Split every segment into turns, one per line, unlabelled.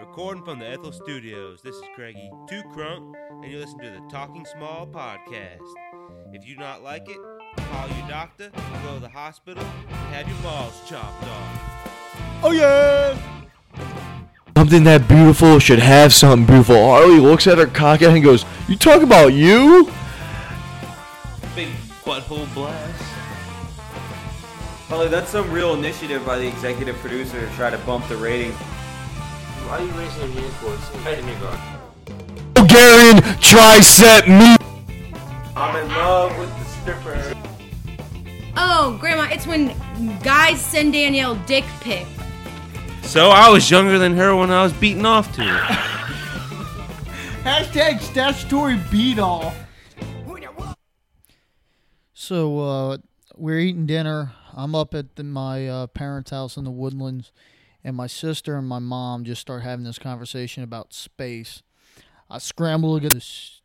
Recording from the Ethel Studios, this is Craigie Two Crunk, and you listen to the Talking Small podcast. If you do not like it, call your doctor, go to the hospital, and have your balls chopped off.
Oh yeah!
Something that beautiful should have something beautiful. Harley looks at her cock and goes, You talk about you?
Big butthole blast.
Holly, that's some real initiative by the executive producer to try to bump the rating.
Why are you raising your hand for? It's hiding your guard.
Bulgarian tricep me.
I'm in love with the stripper.
Oh, Grandma, it's when guys send Danielle dick pic.
So I was younger than her when I was beaten off to it.
Hashtag statutory beat all. So uh, we're eating dinner. I'm up at the, my uh, parents' house in the woodlands, and my sister and my mom just start having this conversation about space. I scramble to get this.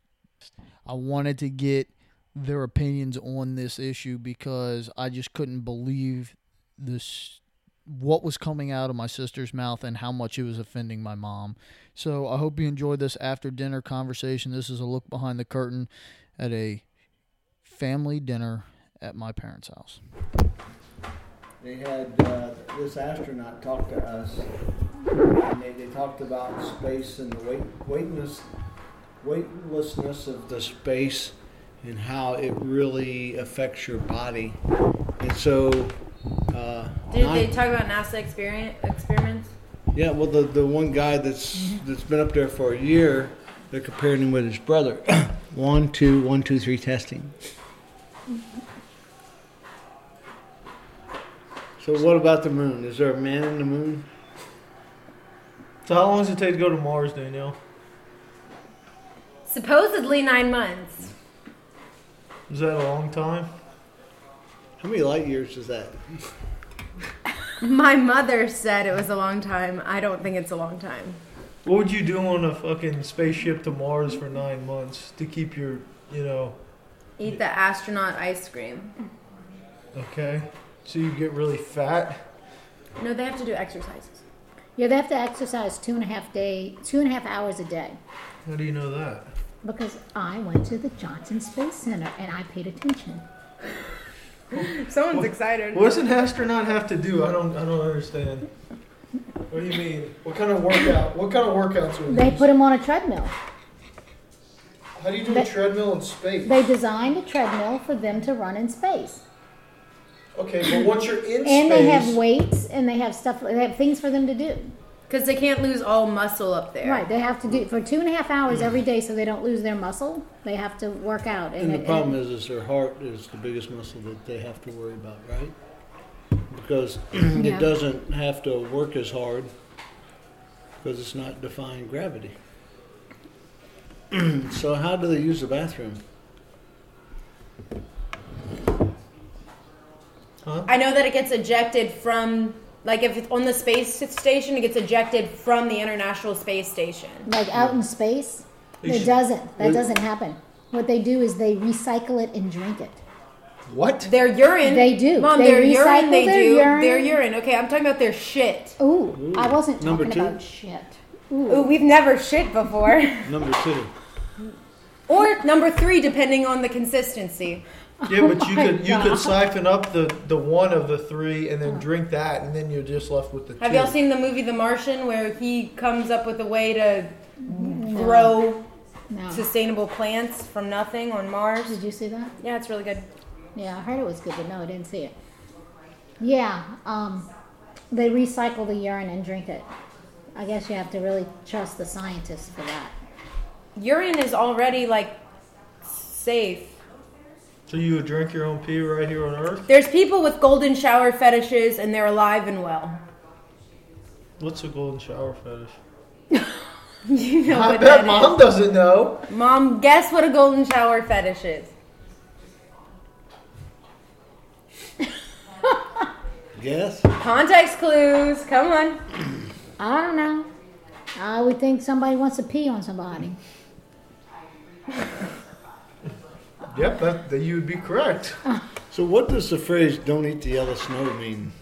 I wanted to get their opinions on this issue because I just couldn't believe this what was coming out of my sister's mouth and how much it was offending my mom. So I hope you enjoyed this after dinner conversation. This is a look behind the curtain at a family dinner at my parents' house.
They had uh, this astronaut talk to us, and they, they talked about space and the weight, weightless, weightlessness of the space and how it really affects your body. And so, uh,
Did
not-
they talk about NASA experiment, experiments?
yeah, well, the, the one guy that's that's been up there for a year, they're comparing him with his brother. one, two, one, two, three testing. So what about the moon? Is there a man in the moon?
So how long does it take to go to Mars, Danielle?
Supposedly nine months.
Is that a long time?
How many light years is that?
My mother said it was a long time. I don't think it's a long time.
What would you do on a fucking spaceship to Mars for nine months to keep your, you know,
Eat the astronaut ice cream.
okay? So you get really fat?
No, they have to do exercises.
Yeah, they have to exercise two and a half day, two and a half hours a day.
How do you know that?
Because I went to the Johnson Space Center and I paid attention.
Someone's excited.
What does an astronaut have to do? I don't, I don't understand. What do you mean? What kind of workout? What kind of workouts are
They
these?
put them on a treadmill.
How do you do a
they-
treadmill in space?
They designed a treadmill for them to run in space.
okay, but once you're in space,
And they have weights and they have stuff, they have things for them to do.
Because they can't lose all muscle up there.
Right, they have to do for two and a half hours every day so they don't lose their muscle. They have to work out.
And the
it-
problem is, is their heart is the biggest muscle that they have to worry about, right? Because
Yeah.
it doesn't have to work as hard because it's not defying gravity. so how do they use the bathroom?
I know that it gets ejected from, like, if it's on the space station, it gets ejected from the International Space Station.
like out in space,
They
it
should-
doesn't. That
they-
doesn't happen. What they do is they recycle it and drink it.
what?
Their urine.
They do.
Mom,
They
their urine,
recycle
they
their
do.
urine.
Their urine. Okay, I'm talking about their shit.
Ooh, I wasn't
Number
talking
two.
about shit.
Ooh, we've never shit before.
Number two.
or number three, depending on the consistency.
Yeah, but
Oh
you
my
could you
God.
could siphon up the the one of the three and then drink that, and then you're just left with the
Have
two.
y'all seen the movie The Martian where he comes up with a way to grow
Mm-hmm. No. Mm-hmm.
sustainable plants from nothing on Mars?
Did you see that?
Yeah, it's really good.
Yeah, I heard it was good, but no, I didn't see it. Yeah, um, they recycle the urine and drink it. I guess you have to really trust the scientists for that.
Urine is already like safe.
So you would drink your own pee right here on Earth?
There's people with golden shower fetishes and they're alive and well.
What's a golden shower fetish?
You know
I
what
bet
that
mom doesn't know.
is. Mom, guess what a golden shower fetish is?
Yes?
Context clues. Come on.
I don't know. I would think somebody wants to pee on somebody.
Yep, that, that you would be correct.
So what does the phrase "don't eat the yellow snow" mean?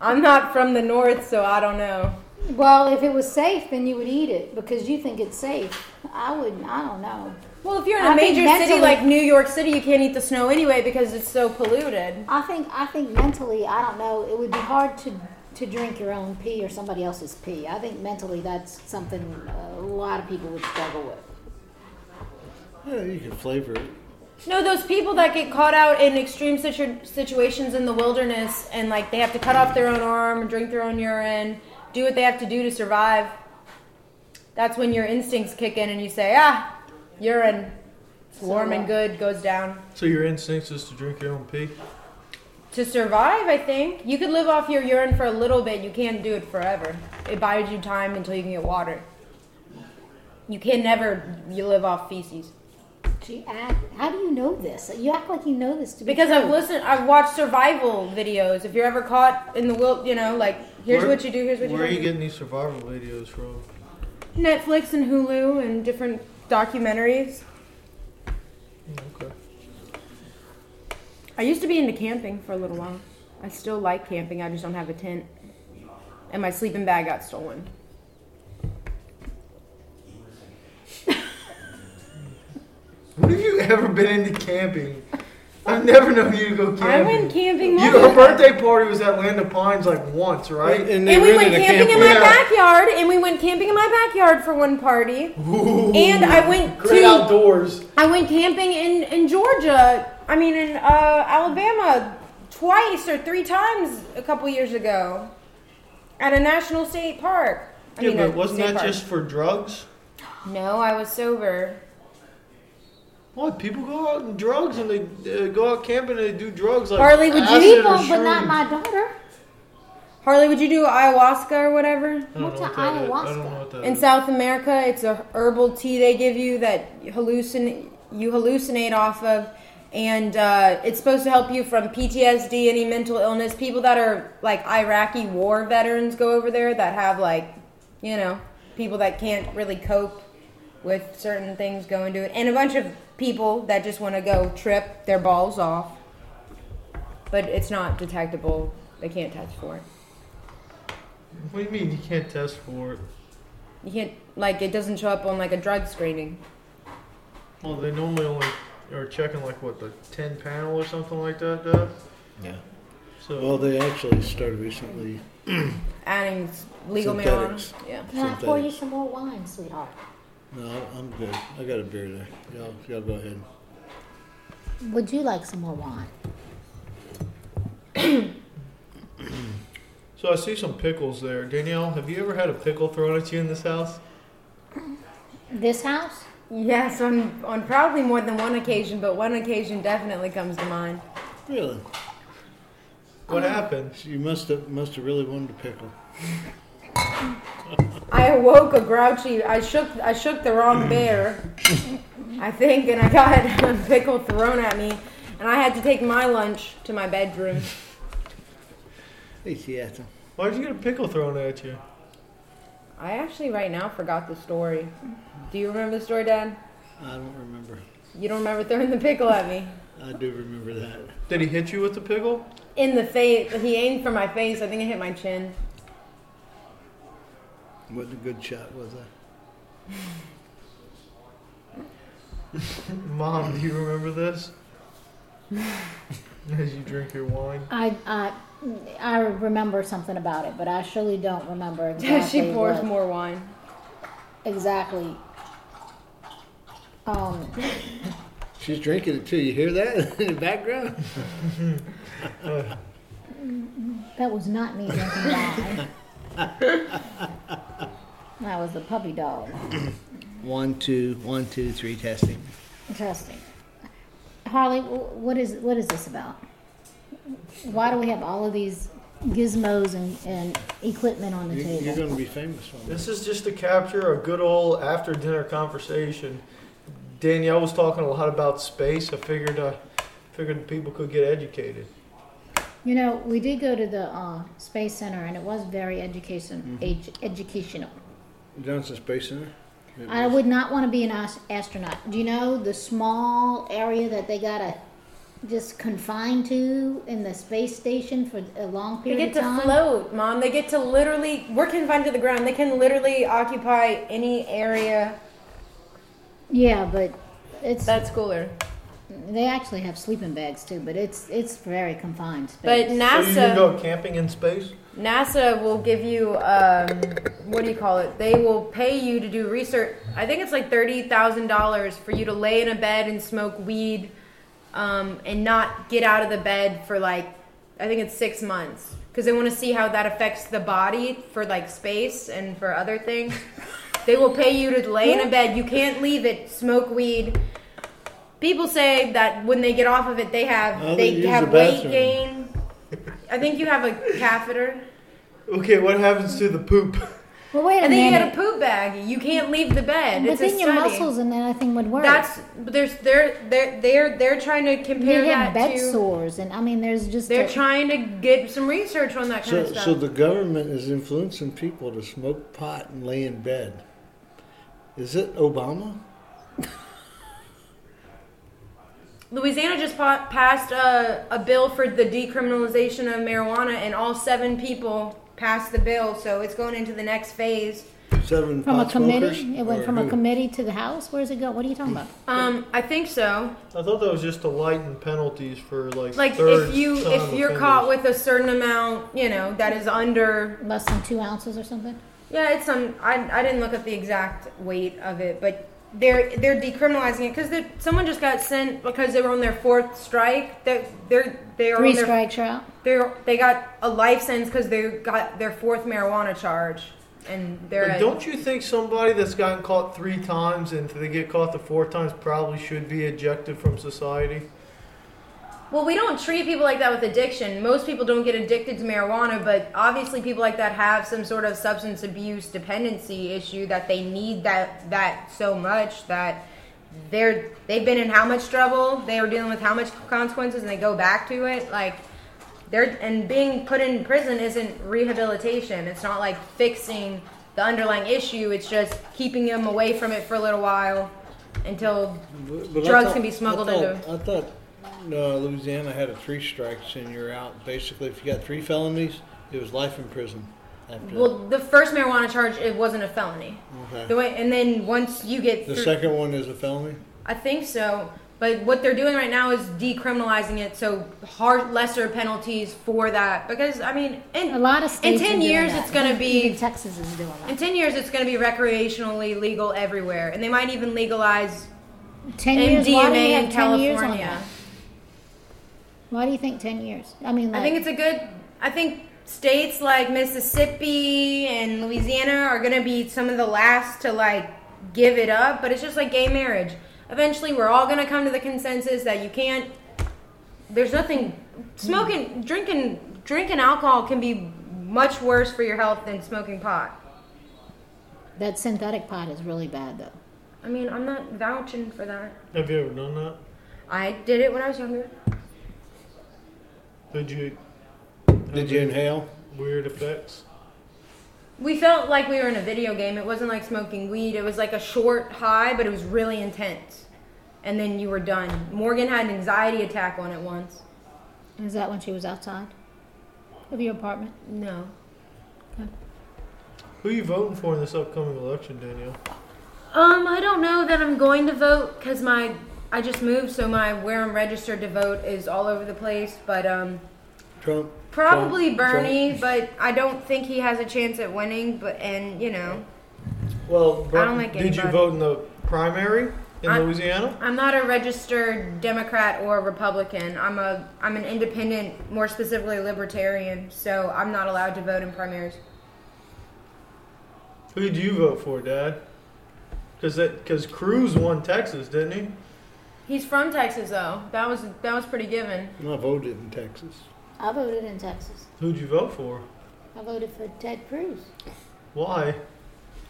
I'm not from the north, so I don't know.
Well, if it was safe, then you would eat it because you think it's safe. I wouldn't. I don't know.
Well, if you're in
I
a
think
major
mentally-
city like New York City, you can't eat the snow anyway because it's so polluted.
I think. I think mentally, I don't know. It would be hard to to drink your own pee or somebody else's pee. I think mentally, that's something a lot of people would struggle with.
Yeah, you can flavor it.
No, those people that get caught out in extreme situ- situations in the wilderness and like they have to cut off their own arm, drink their own urine, do what they have to do to survive. That's when your instincts kick in and you say, ah, urine. It's warm and good, goes down.
So your instincts is to drink your own pee?
To survive, I think. You could live off your urine for a little bit, you can't do it forever. It buys you time until you can get water. You can never you live off feces.
Gee, I, how do you know this? You act like you know this to be
Because I've
true.
listened, I've watched survival videos. If you're ever caught in the wild, you know, like here's
Where-
what you do, here's what you
Where are
do.
you getting these survival videos from?
Netflix and Hulu and different documentaries.
Okay.
I used to be into camping for a little while. I still like camping. I just don't have a tent, and my sleeping bag got stolen.
When have you ever been into camping? I've never known you to go camping.
I went camping.
You,
once.
her birthday party was at Land of Pines like once, right?
And,
And we went camping in my
Yeah.
backyard, and we went camping in my backyard for one party. And I went
Great
to
outdoors.
I went camping in, in Georgia. I mean, in uh, Alabama, twice or three times a couple years ago, at a national state park. I
yeah,
mean, a
but wasn't
state
that
park.
just for drugs?
No, I was sober.
What people go out and drugs and they uh, go out camping and they do drugs like
Harley, would you-
acid
people,
or
but not
shrooms.
my daughter.
Harley, would you do ayahuasca or whatever?
I don't know
What's
what that is.
a
I don't
ayahuasca?
know what that
In
is.
South America, it's a herbal tea they give you that hallucin you hallucinate off of, and uh, it's supposed to help you from PTSD, any mental illness. People that are like Iraqi war veterans go over there that have like, you know, people that can't really cope with certain things go into it, and a bunch of people that just want to go trip their balls off, but it's not detectable. They can't test for it.
What do you mean you can't test for it?
You can't like it doesn't show up on like a drug screening.
Well, they normally only are checking like what the ten panel or something like that. Does.
Yeah.
So
Well, they actually started recently.
adding legal
Synthetics.
marijuana. Yeah.
Can I pour you some more wine, sweetheart?
No, I'm good. I got a beer there. Y'all, y'all go ahead.
Would you like some more wine?
So I see some pickles there. Danielle, have you ever had a pickle thrown at you in this house?
This house?
Yes, on on probably more than one occasion, but one occasion definitely comes to mind.
Really?
What happened?
So you must have must have really wanted a pickle.
I awoke a grouchy. I shook I shook the wrong bear, I think, and I got a pickle thrown at me, and I had to take my lunch to my bedroom.
Hey, Seattle.
Why did you get a pickle thrown at you?
I actually right now forgot the story. Do you remember the story, Dad?
I don't remember.
You don't remember throwing the pickle at me
I do remember that.
Did he hit you with the pickle?
in the face. He aimed for my face. I think it hit my chin.
Wasn't a good shot, was I?
Mom, do you remember this? As you drink your wine.
I, I, I remember something about it, but I surely don't remember exactly.
she pours
what-
more wine.
Exactly. Um,
She's drinking it too. You hear that in the background?
that was not me drinking wine. that was the puppy dog.
One, two, one, two, three. Testing.
Interesting. Harley, wh- what is what is this about? Why do we have all of these gizmos and, and equipment on the
You,
table?
you're going to be famous one day.
This is just to capture a good old after dinner conversation. Danielle was talking a lot about space. I figured uh, figured people could get educated.
You know, we did go to the uh, space center, and it was very education ed- educational.
Johnson Space Center. Mm-hmm. It
I
was-
would not want to be an as- astronaut. Do you know the small area that they got a just confined to in the space station for a long
They
period
get to
of time.
float, mom. They get to literally. We're confined to the ground. They can literally occupy any area.
Yeah, but it's
That's cooler.
they actually have sleeping bags too, but it's it's very confined
But
So
space.
you can
NASA,
go camping in space?
NASA will give you um, what do you call it? They will pay you to do research. I think it's like thirty thousand dollars for you to lay in a bed and smoke weed, um, and not get out of the bed for like I think it's six months because they want to see how that affects the body for like space and for other things. They will pay you to lay in a bed. You can't leave it. Smoke weed. People say that when they get off of it, they have
Oh,
they
they use
have
the
weight
bathroom.
gain. I think you have a catheter,
Okay, what happens to the poop?
well, wait a
and then you got
minute.
a poop bag. You can't leave the bed.
but
it's a
then your
study.
muscles and everything would work.
That's but there's they're they're they're they're trying to compare
you
that
get bed
to.
sores, and I mean, there's just
They're
a-
trying to get some research on that kind
So,
of stuff.
so the government is influencing people to smoke pot and lay in bed. Is it Obama?
Louisiana just pa- passed a, a bill for the decriminalization of marijuana, and all seven people passed the bill, so it's going into the next phase.
Seven
from a
pot smokers?
committee. It went
Or
from a
who?
committee to the house. Where's it go? What are you talking about?
Um, I think so.
I thought that was just to lighten penalties for like
Like
third
if you
time
if you're
offenders.
caught with a certain amount, you know, that is under.
Less than two ounces or something.
Yeah, it's some. I, I didn't look up the exact weight of it, but they're they're decriminalizing it because someone just got sent because they were on their fourth strike. That they're they are
Three
on their
strikes, you're out.
They they got a life sentence because they got their fourth marijuana charge, and they're
Like, don't you think somebody that's gotten caught three times and if they get caught the four times probably should be ejected from society?
well. We don't treat people like that with addiction. Most people don't get addicted to marijuana, but obviously people like that have some sort of substance abuse dependency issue that they need that that so much that they're they've been in how much trouble they were dealing with how much consequences and they go back to it like they're and being put in prison isn't rehabilitation it's not like fixing the underlying issue it's just keeping them away from it for a little while until
But- but I
drugs
thought-
can be smuggled
I thought,
into
I thought uh, Louisiana had a three strikes and you're out. Basically, if you got three felonies, it was life in prison. After
well the first marijuana charge it wasn't a felony
that. Okay.
the way, and then once you get
The
through-
second one is a felony.
I think so. But what they're doing right now is decriminalizing it, so hard lesser penalties for that. Because I mean, in
A lot of states.
in ten
are doing
years,
that.
it's going to
Even
be
Texas is doing
in
that.
ten years it's going to be recreationally legal everywhere, and they might even legalize
Ten years. Why do
MDMA
you
in
have ten years on
California.
that? Why do you think ten years? I mean, like,
I think it's a good. I think states like Mississippi and Louisiana are going to be some of the last to like give it up. But it's just like gay marriage. Eventually, we're all going to come to the consensus that you can't. There's nothing. Smoking, drinking, drinking alcohol can be much worse for your health than smoking pot.
that synthetic pot is really bad though.
I mean, I'm not vouching for that.
Have you ever done that?
I did it when I was younger.
Did you
Did you inhale?
weird effects?
We felt like we were in a video game. It wasn't like smoking weed. It was like a short high, but it was really intense. And then you were done. Morgan had an anxiety attack on it once.
Is that when she was outside of your apartment?
No.
Who are you voting for in this upcoming election, Danielle?
Um, I don't know that I'm going to vote because my I just moved, so my where I'm registered to vote is all over the place. But um,
Trump?
probably
Trump,
Bernie. But I don't think he has a chance at winning. But and you know,
Well,
I don't like
did you
anybody.
vote in the primary in
I-
Louisiana?
I'm not a registered Democrat or Republican. I'm a I'm an independent, more specifically libertarian. So I'm not allowed to vote in primaries.
Who did you vote for, Dad? Because because Cruz won Texas, didn't he?
He's from Texas though. That was that was pretty given.
Trump. I voted in Texas.
I voted in Texas.
Who'd you vote for?
I voted for Ted Cruz
Why?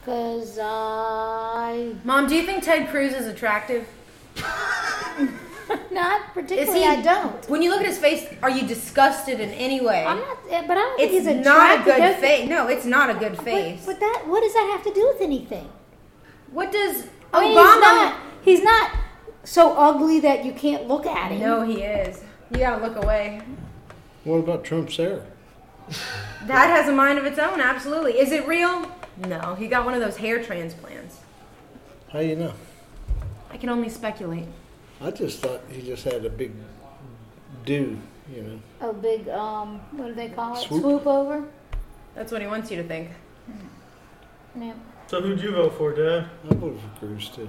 because I
Mom, do you think Ted Cruz is attractive?
not particularly.
he-
I don't.
When you look at his face, are you disgusted in any way?
I'm not, eh, but I don't
it's
think he's
not a
attractive.
good
That's-
face. No, it's not a good face.
But, but that, what does that have to do with anything?
what does
I mean,
Obama?
he's not. He's not. so ugly that you can't look at him.
No, he is. You gotta look away.
What about Trump's hair?
That has a mind of its own, absolutely. Is it real? No, he got one of those hair transplants.
How you know?
I can only speculate.
I just thought he just had a big do, you know.
A big um, what do they call it?
Swoop.
Swoop, over.
That's what he wants you to think.
Yeah.
So who'd you vote for, Dad?
I voted for Cruz too.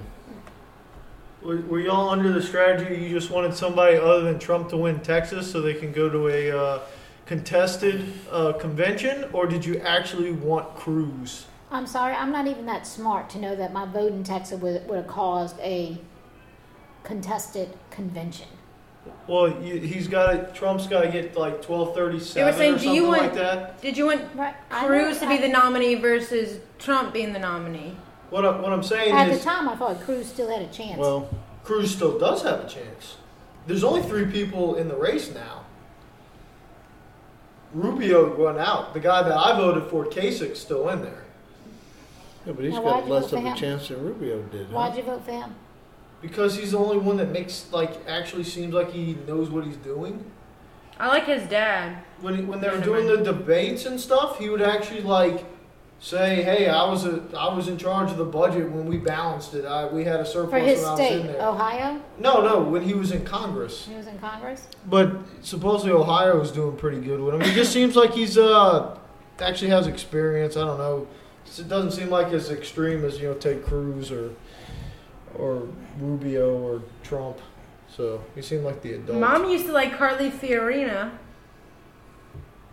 Were, were y'all under the strategy you just wanted somebody other than Trump to win Texas so they can go to a uh, contested uh, convention, or did you actually want Cruz?
I'm sorry, I'm not even that smart to know that my vote in Texas would, would have caused a contested convention.
Well, you, he's got to Trump's got to get like twelve thirty
They were
seven or
saying,
something
do you want?
like that.
Did you want
Right. I
Cruz to
know-
be
I-
the nominee versus Trump being the nominee?
What I, what I'm saying
At the
is,
time, I thought Cruz still had a chance.
well, Cruz still does have a chance. There's only three people in the race now. Rubio went out. The guy that I voted for, Kasich's still in there
Yeah, but he's
Now, why'd
got
you
less
vote for
of a
him?
chance than Rubio did. Huh?
Why'd you vote for him?
because he's the only one that makes like actually seems like he knows what he's doing.
I like his dad.
when when they were doing the debates and stuff, he would actually like say, "Hey, I was a, I was in charge of the budget when we balanced it. I, we had a surplus
For his
when I was
state, Oh.
in there."
Ohio.
No, no, when he was in Congress.
He was in Congress.
But supposedly Ohio was doing pretty good with him. He just seems like he's uh actually has experience. I don't know. It doesn't seem like as extreme as you know, take Cruz or or Rubio or Trump. So he seemed like the adult.
Mom used to like Carly Fiorina.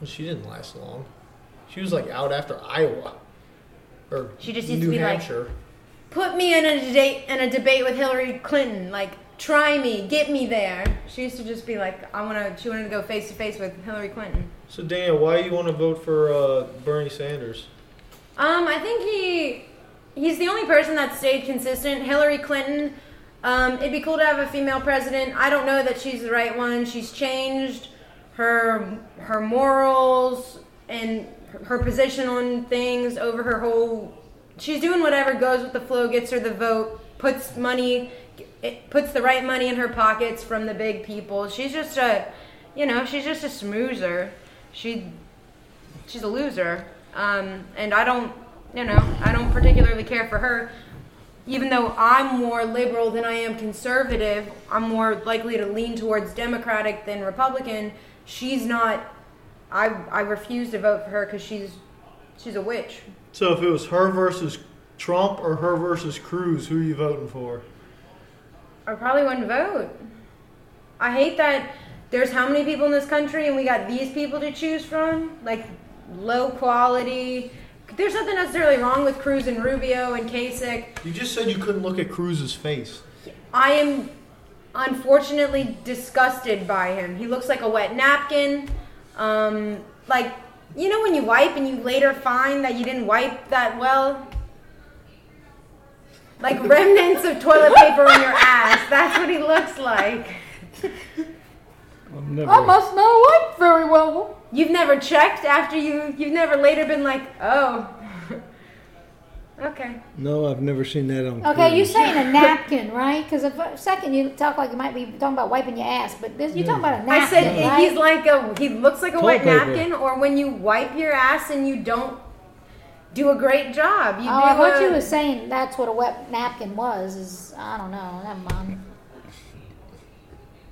She didn't last long. She was like out after Iowa. Or
She just used to
New
be like-
Hampshire.
Put me in a debate in a debate with Hillary Clinton. Like, try me, get me there. She used to just be like, I wanna. She wanted to go face to face with Hillary Clinton.
So Daniel, why you want to vote for uh, Bernie Sanders?
Um, I think he he's the only person that stayed consistent. Hillary Clinton. Um, it'd be cool to have a female president. I don't know that she's the right one. She's changed her her morals and her position on things over her whole. She's doing whatever goes with the flow, gets her the vote, puts money, it puts the right money in her pockets from the big people. She's just a, you know, she's just a smoozer. She she's a loser. Um, and I don't, you know, I don't particularly care for her. Even though I'm more liberal than I am conservative, I'm more likely to lean towards Democratic than Republican. She's not. I I refuse to vote for her because she's she's a witch.
So if it was her versus Trump or her versus Cruz, who are you voting for?
I probably wouldn't vote. I hate that there's how many people in this country and we got these people to choose from? Like low quality. There's nothing necessarily wrong with Cruz and Rubio and Kasich.
You just said you couldn't look at Cruz's face.
I am unfortunately disgusted by him. He looks like a wet napkin. Um, like, you know, when you wipe and you later find that you didn't wipe that well? Like remnants of toilet paper on your ass. That's what he looks like.
I've never,
I must know what very well.
You've never checked after you, you've never later been like, oh. okay.
no, I've never seen that on.
Okay, you're
Cruz.
saying a napkin, right? Because a second you talk like you might be talking about wiping your ass, but this, you're talking about a
I
napkin,
said
right?
he's like a he looks like a
Toilet
wet
paper.
napkin, or when you wipe your ass and you don't do a great job. You
oh, I
do
thought
a-
you were saying that's what a wet napkin was. Is I don't know. Never mind.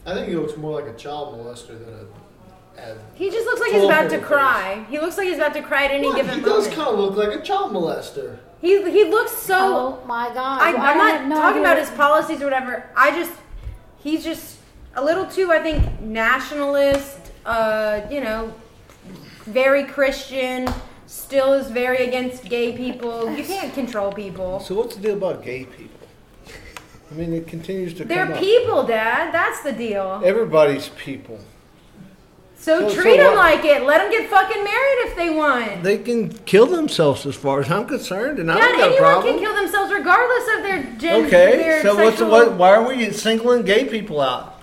I think he looks more like a child molester than a. a
He just looks like he's about to
Toilet paper.
cry. He looks like he's about to cry at any
Look,
given
he does
moment.
kind of look like a child molester.
he he looks so.
Oh, my god!
I,
Well,
I'm
have
not
no
talking
idea
about his policies or whatever. I just he's just a little too, I think, nationalist. Uh, you know, very Christian. Still is very against gay people. You can't control people.
So what's the deal about gay people? I mean, it continues to
They're
come up.
people, Dad. That's the deal.
Everybody's people.
So,
So-
treat
so
them
what-
like it. Let them get fucking married if they want.
They can kill themselves, as far as I'm concerned, and I
Dad,
don't got a
anyone
problem.
can kill themselves regardless of their gender.
okay,
their
so what's
sexual-
the, what? Why are we singling gay people out?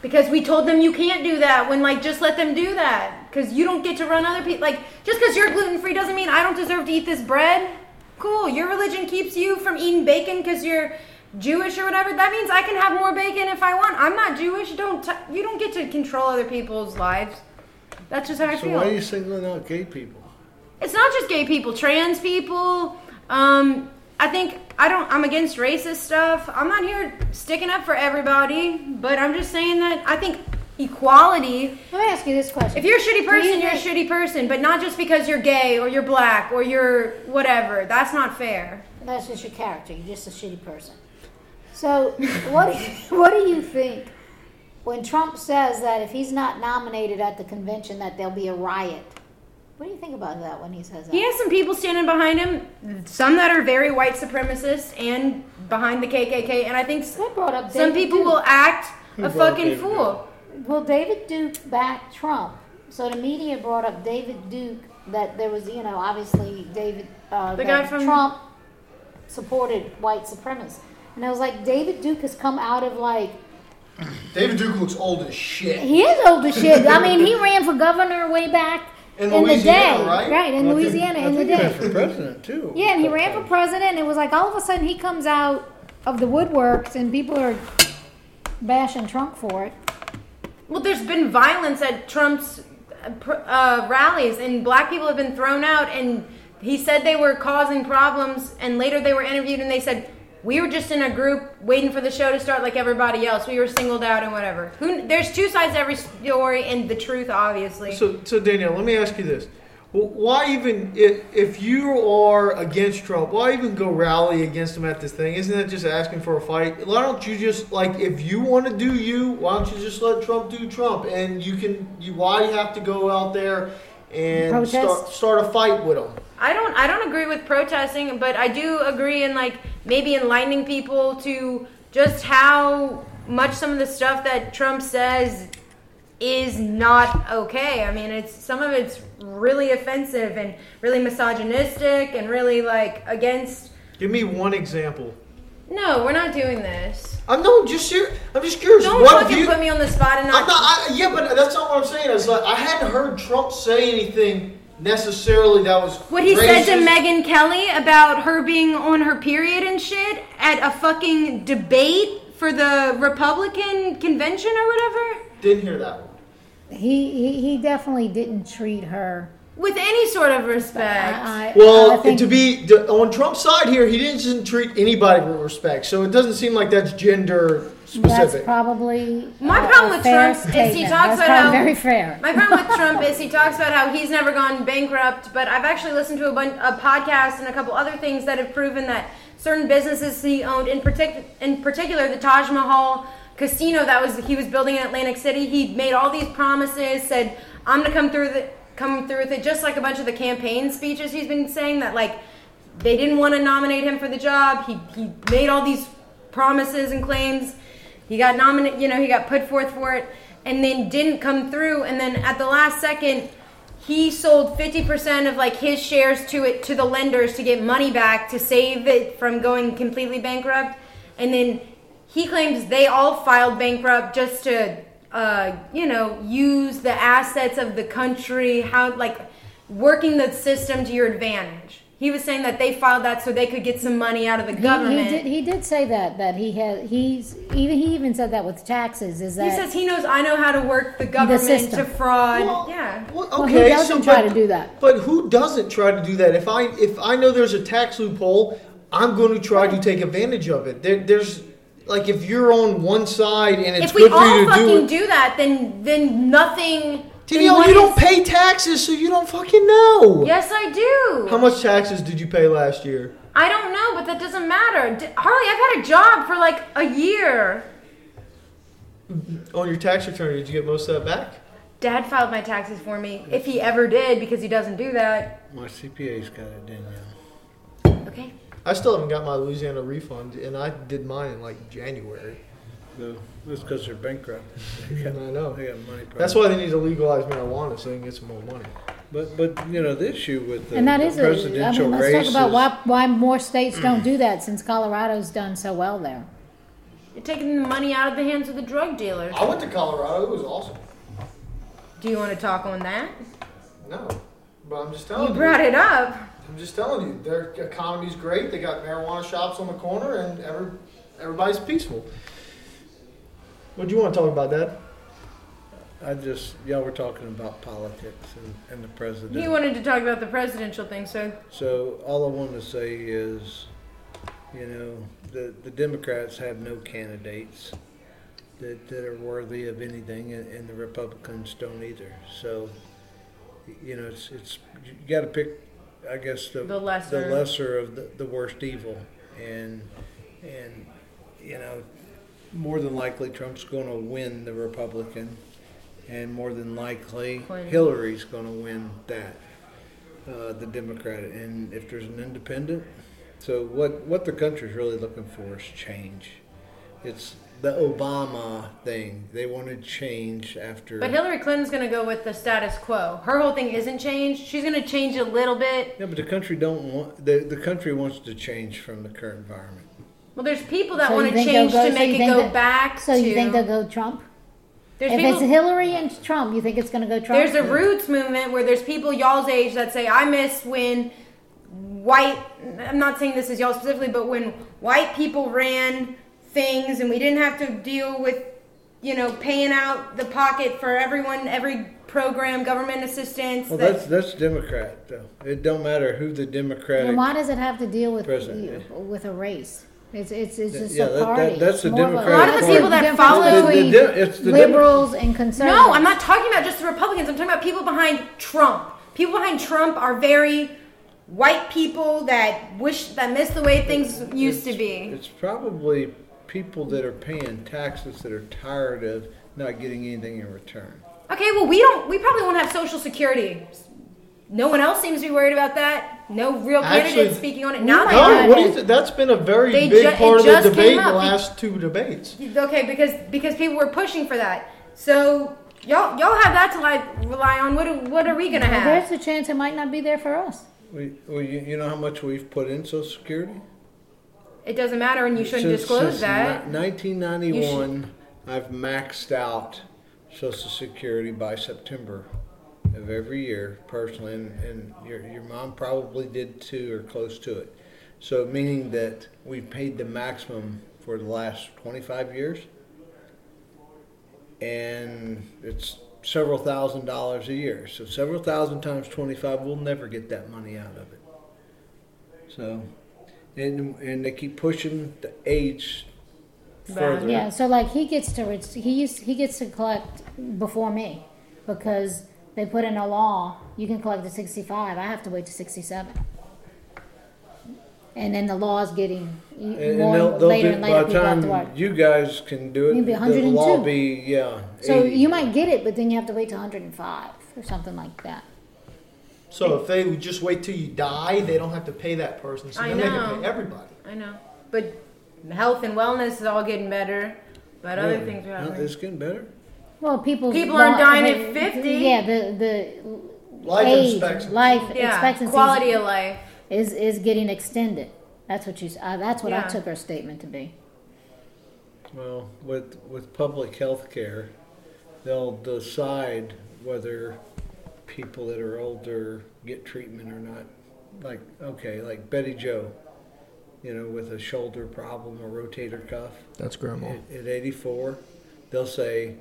Because we told them you can't do that when, like, just let them do that. Because you don't get to run other people. Like, just because you're gluten free doesn't mean I don't deserve to eat this bread. Cool. Your religion keeps you from eating bacon because you're Jewish or whatever, that means I can have more bacon if I want. I'm not Jewish. Don't t- you don't get to control other people's lives. That's just how I
So
feel.
why are you singling out gay people?
it's not just gay people, trans people. Um, I think I don't. I'm against racist stuff. I'm not here sticking up for everybody, but I'm just saying that I think equality.
Let me ask you this question.
If you're a shitty
Do you
person, you're a shitty
think-
person, but not just because you're gay or you're black or you're whatever. That's not fair.
That's just your character. You're just a shitty person. So, what do you, what do you think when Trump says that if he's not nominated at the convention that there'll be a riot? What do you think about that when he says that?
He has some people standing behind him, some that are very white supremacists and behind the KKK, and I think s-
What brought up
some
David
people
Duke?
will act a
brought up
fucking
David
fool.
Well, David Duke backed Trump. So the media brought up David Duke that there was, you know, obviously David uh,
The
that
guy from-
Trump supported white supremacists. And I was like, David Duke has come out of like
David Duke looks old as shit.
he is old as shit. I mean, he ran for governor way back
In
the
Louisiana,
day,
right?
in
I think-
Louisiana
I
in the
think he ran
day.
for president too.
Yeah, and he ran for president. It was like all of a sudden he comes out of the woodworks and people are bashing Trump for it.
Well, there's been violence at Trump's uh, pr- uh, rallies, and black people have been thrown out. And he said they were causing problems, and later they were interviewed, and they said we were just in a group waiting for the show to start, like everybody else. We were singled out and whatever. Who? kn- There's two sides to every story, and the truth, obviously.
So, so Danielle, let me ask you this: Well, Why even if if you are against Trump, why even go rally against him at this thing? Isn't that just asking for a fight? Why don't you just like if you want to do you, why don't you just let Trump do Trump, and you can you why you have to go out there and
Protest?
start start a fight with him?
I don't I don't agree with protesting, but I do agree in like maybe enlightening people to just how much some of the stuff that Trump says is not okay. I mean, it's some of it's really offensive and really misogynistic and really like against
Give me one example.
No, we're not doing this.
I'm no just ser- I'm just curious.
Don't
what
fucking
you,
put me on the spot and
I'm
not,
not. I, yeah, but that's not what I'm saying. It's like I hadn't heard Trump say anything necessarily that was
what he said to
racist.
Megan Kelly about her being on her period and shit at a fucking debate for the Republican convention or whatever?
Didn't hear that one.
He he, he definitely didn't treat her.
with any sort of respect.
I, I, I
Well,
think-
to be to- on Trump's side here, he didn't treat anybody with respect, so it doesn't seem like that's gender
That's
specific.
probably
My
uh,
problem
a
with
fair
Trump is he
statement.
talks
That's
about
probably
how-
very fair.
My problem with Trump is he talks about how he's never gone bankrupt, but I've actually listened to a, bun- a podcast and a couple other things that have proven that certain businesses he owned, in, partic- in particular the Taj Mahal casino that was he was building in Atlantic City, he made all these promises, said I'm gonna come through the come through with it, just like a bunch of the campaign speeches he's been saying that like they didn't want to nominate him for the job. He he made all these promises and claims. He got nominated, you know, he got put forth for it and then didn't come through and then at the last second he sold 50% of like his shares to it to the lenders to get money back to save it from going completely bankrupt and then he claims they all filed bankrupt just to uh, you know use the assets of the country how like working the system to your advantage he was saying that they filed that so they could get some money out of the
He- He,
government
did. He did say that that he has. He's even. He even said that with taxes. Is that
He says he knows I know how to work the government
system.
to fraud.
Well,
yeah.
well, okay,
Well, he doesn't
so,
try
but-
to do that.
But who doesn't try to do that? If I if I know there's a tax loophole, I'm going to try to take advantage of it. There, there's like if you're on one side and it's
If we
good for
all
you to
fucking
do it.
do, that, then then nothing. then
Danielle,
what
you don't
is-
pay taxes, so you don't fucking know.
Yes, I do.
How much taxes did you pay last year?
I don't know, but that doesn't matter. D- Harley, I've had a job for like a year.
On your tax return, did you get most of that back?
Dad filed my taxes for me, if he ever did, because he doesn't do that.
My CPA's got it, Danielle.
Okay.
I still haven't got my Louisiana refund, and I did mine in like January.
So, that's because they're bankrupt. They
I
got,
know.
they got money problems.
That's why they need to legalize marijuana so they can get some more money.
But but you know the issue with the,
And that
the
is. A, I
presidential Mm.
mean, let's
race
talk about
is-
why why more states don't do that since Colorado's done so well there.
You're taking the money out of the hands of the drug dealers.
I went to Colorado. It was awesome.
Do you want to talk on that?
No, but I'm just
You
telling you.
brought it up.
I'm just telling you. Their economy's great. They got marijuana shops on the corner, and every everybody's peaceful. What do you want to talk about, Dad?
I just, y'all were talking about politics and, and the president.
He wanted to talk about the presidential thing, so
So all I want to say is, you know, the, the Democrats have no candidates that, that are worthy of anything, and, and the Republicans don't either. So, y- you know, it's it's you got to pick, I guess the
The lesser.
the lesser of the, the worst evil, and and you know, more than likely Trump's going to win the Republican, and more than likely
Clinton.
Hillary's going to win that uh, the Democrat, and if there's an independent. So what what the country's really looking for is change. It's the Obama thing. They wanted change after.
But Hillary Clinton's going to go with the status quo. Her whole thing isn't changed. She's going to change a little bit.
yeah, but the country don't want the, the country wants to change from the current environment.
Well, there's people that
So
want
you
to
think they'll
change
go-
to
so
make
you
it
think
go
that-
back
So
to.
you think they'll go Trump?
there's
if it's
people.
Hillary and Trump, you think it's going to go Trump?
There's a roots movement where there's people y'all's age that say, I miss when white, I'm not saying this is y'all specifically, but when white people ran things and we didn't have to deal with, you know, paying out the pocket for everyone, every program, government assistance.
Well,
that-
that's that's Democrat though. It don't matter who the Democratic.
Then why does it have to deal with
President.
you- with a race? It's it's, it's just
Yeah,
a
that- that-
party.
that's
It's
the
more of
Democratic A lot of the
people that
difference
follow-
between
The- the Dem- it's the Dem-
liberals and conservatives.
No, I'm not talking about just the Republicans. I'm talking about people behind Trump. People behind Trump are very white people that wish that miss the way things used to be.
It's probably people that are paying taxes that are tired of not getting anything in return.
Okay, well we don't. We probably won't have Social Security. No one else seems to be worried about that. No real
Actually,
candidate speaking on it. Now
might
they
No,
God.
what do you th- that's been a very
They
big
ju- it
part of
just
the
came
debate in
up.
the
Be-
last two debates.
Okay, because because people were pushing for that. So y'all y'all have that to like rely on. What are, what are we gonna
Well,
have?
There's a chance it might not be there for us.
We, well, you, you know how much we've put in Social Security?
It doesn't matter, and you shouldn't
Since-
disclose
since
that.
ni- 1991, I've maxed out Social Security by September of every year personally, and, and your, your mom probably did too or close to it. So, meaning that we paid the maximum for the last 25 years, and it's several thousand dollars a year. So, several thousand times 25, we'll never get that money out of it. So, and and they keep pushing the age further.
Yeah, so like he gets to ret- he used, he gets to collect before me because they put in a law you can collect at 65. I have to wait to 67. And then the law is getting you-
And, and
more
they'll, they'll
later
do,
and
by
later
the
people have to work.
time you guys can do it,
You'll be
the law
102.
be yeah.
So
80.
you might get it, but then you have to wait till 105 or something like that.
So if they would just wait till you die, they don't have to pay that person. So
I
then they can
know.
pay everybody.
I know, but health and wellness is all getting better. But other
Yeah.
things are
No,
happening.
It's getting better.
Well, people
People aren't
law-
dying at
the-
50.
Yeah, the the
Life
age,
expectancy.
life
Yeah,
expectancy
quality of life.
is is getting extended. That's what you. s- Uh, that's what
Yeah.
I took her statement to be.
Well, with with public health care, they'll decide whether people that are older get treatment or not. Like okay, like Betty Joe, you know, with a shoulder problem or rotator cuff.
That's grandma.
at, at 84, they'll say,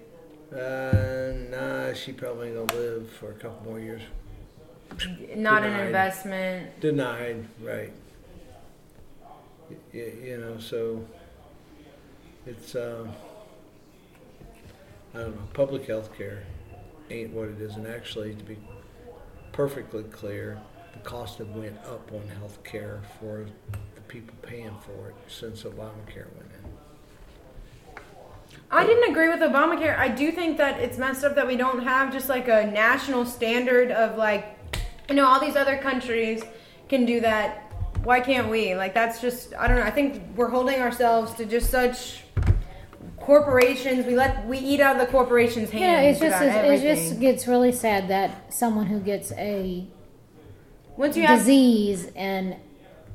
uh, nah, she probably ain't gonna live for a couple more years.
Not an
Denied.
investment.
Denied, right. Y- y- you know, so it's, um, I don't know, public health care ain't what it is. And actually, to be perfectly clear, the cost have went up on health care for the people paying for it since Obamacare went in.
I didn't agree with Obamacare. I do think that it's messed up that we don't have just like a national standard of like, you know, all these other countries can do that. Why can't we? Like, that's just, I don't know. I think we're holding ourselves to just such corporations. We let, we eat out of the corporation's hands.
You know, it's just
about
it's, it
everything.
just gets really sad that someone who gets a
Once you have,
disease and.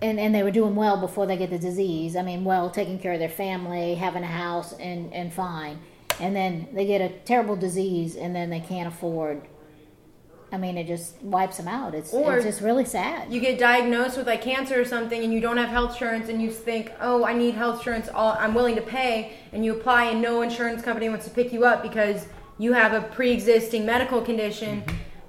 And, and they were doing well before they get the disease. I mean, well, taking care of their family, having a house, and, and fine. And then they get a terrible disease, and then they can't afford I mean, it just wipes them out. It's,
Or-
it's just really sad.
You get diagnosed with like cancer or something, and you don't have health insurance, and you think, "Oh, I need health insurance. All I'm willing to pay." And you apply, and no insurance company wants to pick you up because you have a pre-existing medical condition.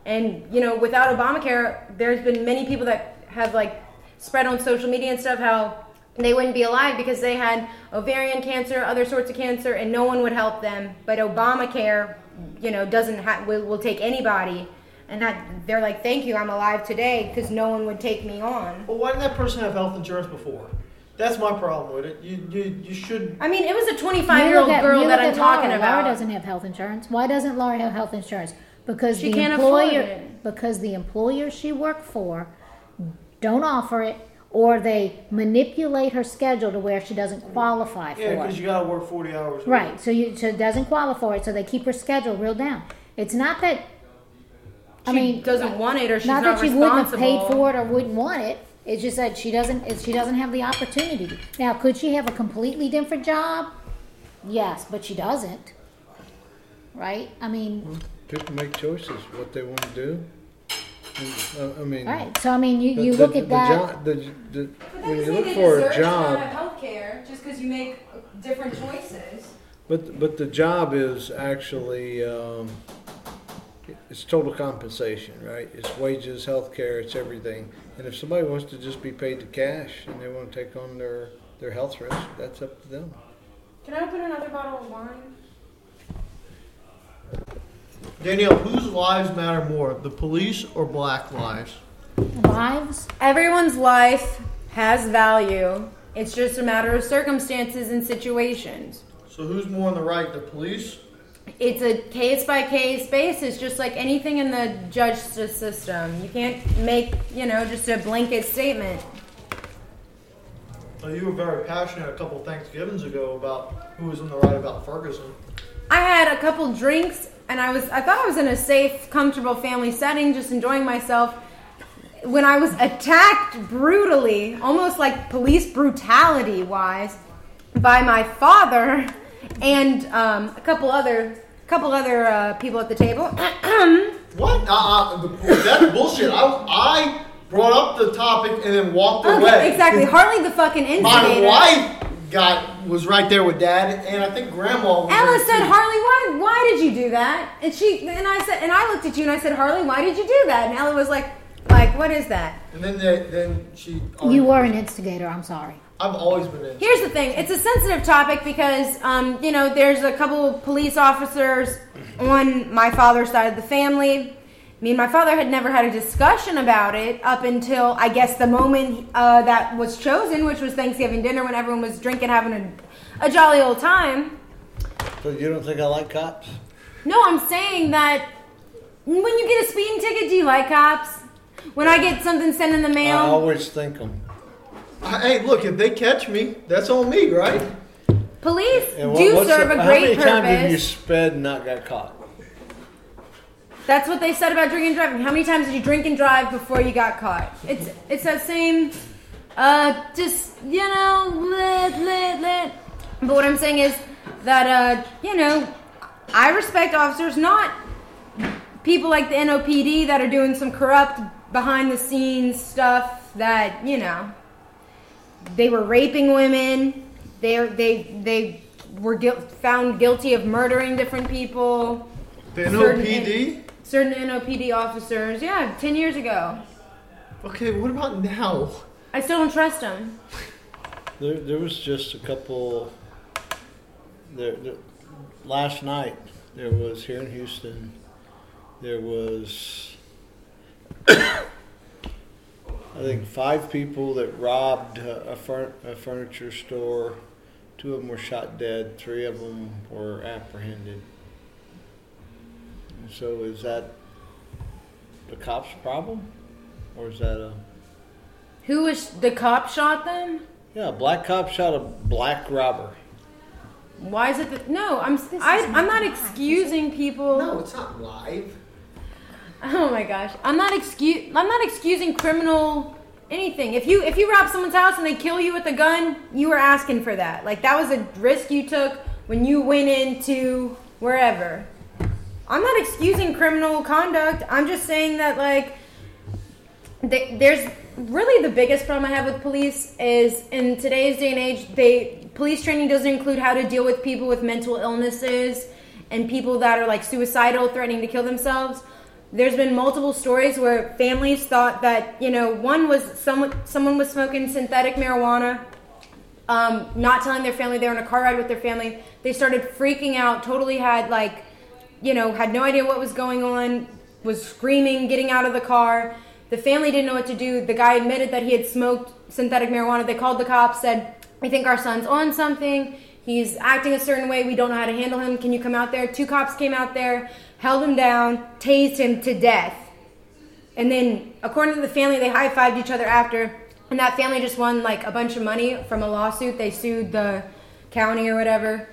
And you know, without Obamacare, there's been many people that have like spread on social media and stuff how they wouldn't be alive because they had ovarian cancer, other sorts of cancer, and no one would help them. But Obamacare, you know, doesn't ha- will, will take anybody, and that they're like, "Thank you, I'm alive today," because no one would take me on.
Well, why didn't that person have health insurance before? That's my problem with it. You you, you should.
I mean, it was a
You
25 year old
look at-
girl
you
that
look
I'm
at
talking
Laura.
about.
Laura doesn't have health insurance. Why doesn't Laura have health insurance? Because
She
the
can't afford
employer,
it.
because the employer she worked for, don't offer it, or they manipulate her schedule to where she doesn't qualify for
Yeah,
it.
because you gotta work forty hours. a
Right. So you so it doesn't qualify for it. So they keep her schedule real down. It's not that. I
She
mean,
doesn't want it, or she's
not,
not,
that she wouldn't have
responsible.
paid for it or wouldn't want it. It's just that she doesn't. It, she doesn't have the opportunity. Now, could she have a completely different job? Yes, but she doesn't. Right. I mean.
People make choices what they want to do. And, uh, I mean,
All right. So I mean, you,
the-
you
the-
look
the
at that.
jo- the, the, when you look for a job,
health care just because you make different choices.
But but the job is actually um, it's total compensation, right? It's wages, health care, it's everything. And if somebody wants to just be paid to cash and they want to take on their their health risk, that's up to them.
Can I open another bottle of wine?
week. Danielle, whose lives matter more, the police or black lives?
Lives.
Everyone's life has value. It's just a matter of circumstances and situations.
So who's more on the right, the police?
It's a case by case basis, just like anything in the justice system. You can't make, you know, just a blanket statement.
Well, you were very passionate a couple Thanksgivings ago about who was on the right about Ferguson.
I had a couple drinks and I was I thought I was in a safe, comfortable family setting, just enjoying myself. When I was attacked brutally, almost like police brutality wise, by my father and um, a couple other couple other uh, people at the table.
What? Uh, uh, the- that's bullshit. I, I brought up the topic and then walked away.
okay, exactly. Harley the fucking
My
instigator.
wife got was right there with dad, and I think grandma. Was
Ella
there
said,
too.
Harley, why why did you do that? And she and I said and I looked at you and I said, Harley, why did you do that? And Ella was like, like, what is that?
And then they, then she.
You were an instigator. I'm sorry.
I've always been in.
Here's the thing: it's a sensitive topic because, um, you know, there's a couple police officers on my father's side of the family. Me and my father had never had a discussion about it up until I guess the moment uh, that was chosen, which was Thanksgiving dinner when everyone was drinking, having a, a jolly old time.
So you don't think I like cops?
No, I'm saying that when you get a speeding ticket, do you like cops? When I get something sent in the mail,
I always think them.
Hey, look, if they catch me, that's on me, right?
police
Uh, And
do
what's
serve
the-
a
how many
great
times have you
purpose.
sped and not got caught?
That's what they said about drinking and driving. How many times did you drink and drive before you got caught? It's it's that same, uh, just you know, bleh, bleh, bleh. but what I'm saying is that uh, you know, I respect officers, not people like the NOPD that are doing some corrupt behind the scenes stuff that you know they were raping women. They they they were guil- found guilty of murdering different people.
The
Certain-
NOPD.
Certain NOPD officers, yeah, 10 years ago.
Okay, what about now?
I still don't trust them.
There, there was just a couple. There, there, last night there was here in Houston. There was, I think, five people that robbed a, a, fur, a furniture store. Two of them were shot dead. Three of them were apprehended. And so, is that the cops' problem, or is that a
Who was the cop shot them?
yeah? A black cop shot a black robber.
Why is it that, no, I'm s-
This
I,
is
I'm
not
not
live, is it?
excusing people.
No, it's not live.
Oh my gosh. I'm not excuse I'm not excusing criminal anything. If you if you rob someone's house and they kill you with a gun, you were asking for that. Like that was a risk you took when you went into wherever. I'm not excusing criminal conduct. I'm just saying that like they, there's really the biggest problem I have with police is in today's day and age, they police training doesn't include how to deal with people with mental illnesses and people that are like suicidal, threatening to kill themselves. There's been multiple stories where families thought that you know one was someone someone was smoking synthetic marijuana, um, not telling their family they were in a car ride with their family. They started freaking out, totally had like, you know, had no idea what was going on, was screaming, getting out of the car. The family didn't know what to do. The guy admitted that he had smoked synthetic marijuana. They called the cops, said, I think our son's on something. He's acting a certain way. We don't know how to handle him. Can you come out there? Two cops came out there, held him down, tased him to death. And then, according to the family, they high fived each other after. And that family just won like a bunch of money from a lawsuit. They sued the county or whatever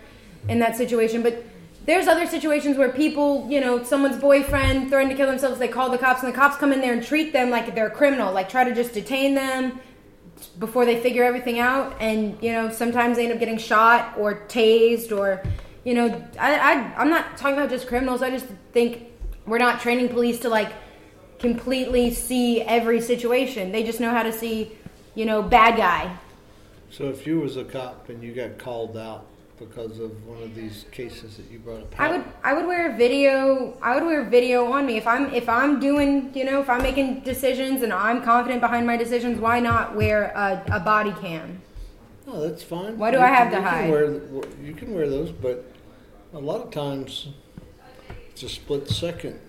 in that situation. But there's other situations where people, you know, someone's boyfriend threatened to kill themselves. They call the cops, and the cops come in there and treat them like they're a criminal. Like try to just detain them before they figure everything out. And you know, sometimes they end up getting shot or tased or, you know, I, I I'm not talking about just criminals. I just think we're not training police to like completely see every situation. They just know how to see, you know, bad guy.
So if you was a cop and you got called out because of one of these cases that you brought up,
I would I would wear a video I would wear video on me if I'm if I'm doing you know if I'm making decisions and I'm confident behind my decisions why not wear a, a body cam
No, Oh, that's fine.
Why do
You
I
can-
have to
you
hide?
Can wear, th- you can wear those, but a lot of times it's a split second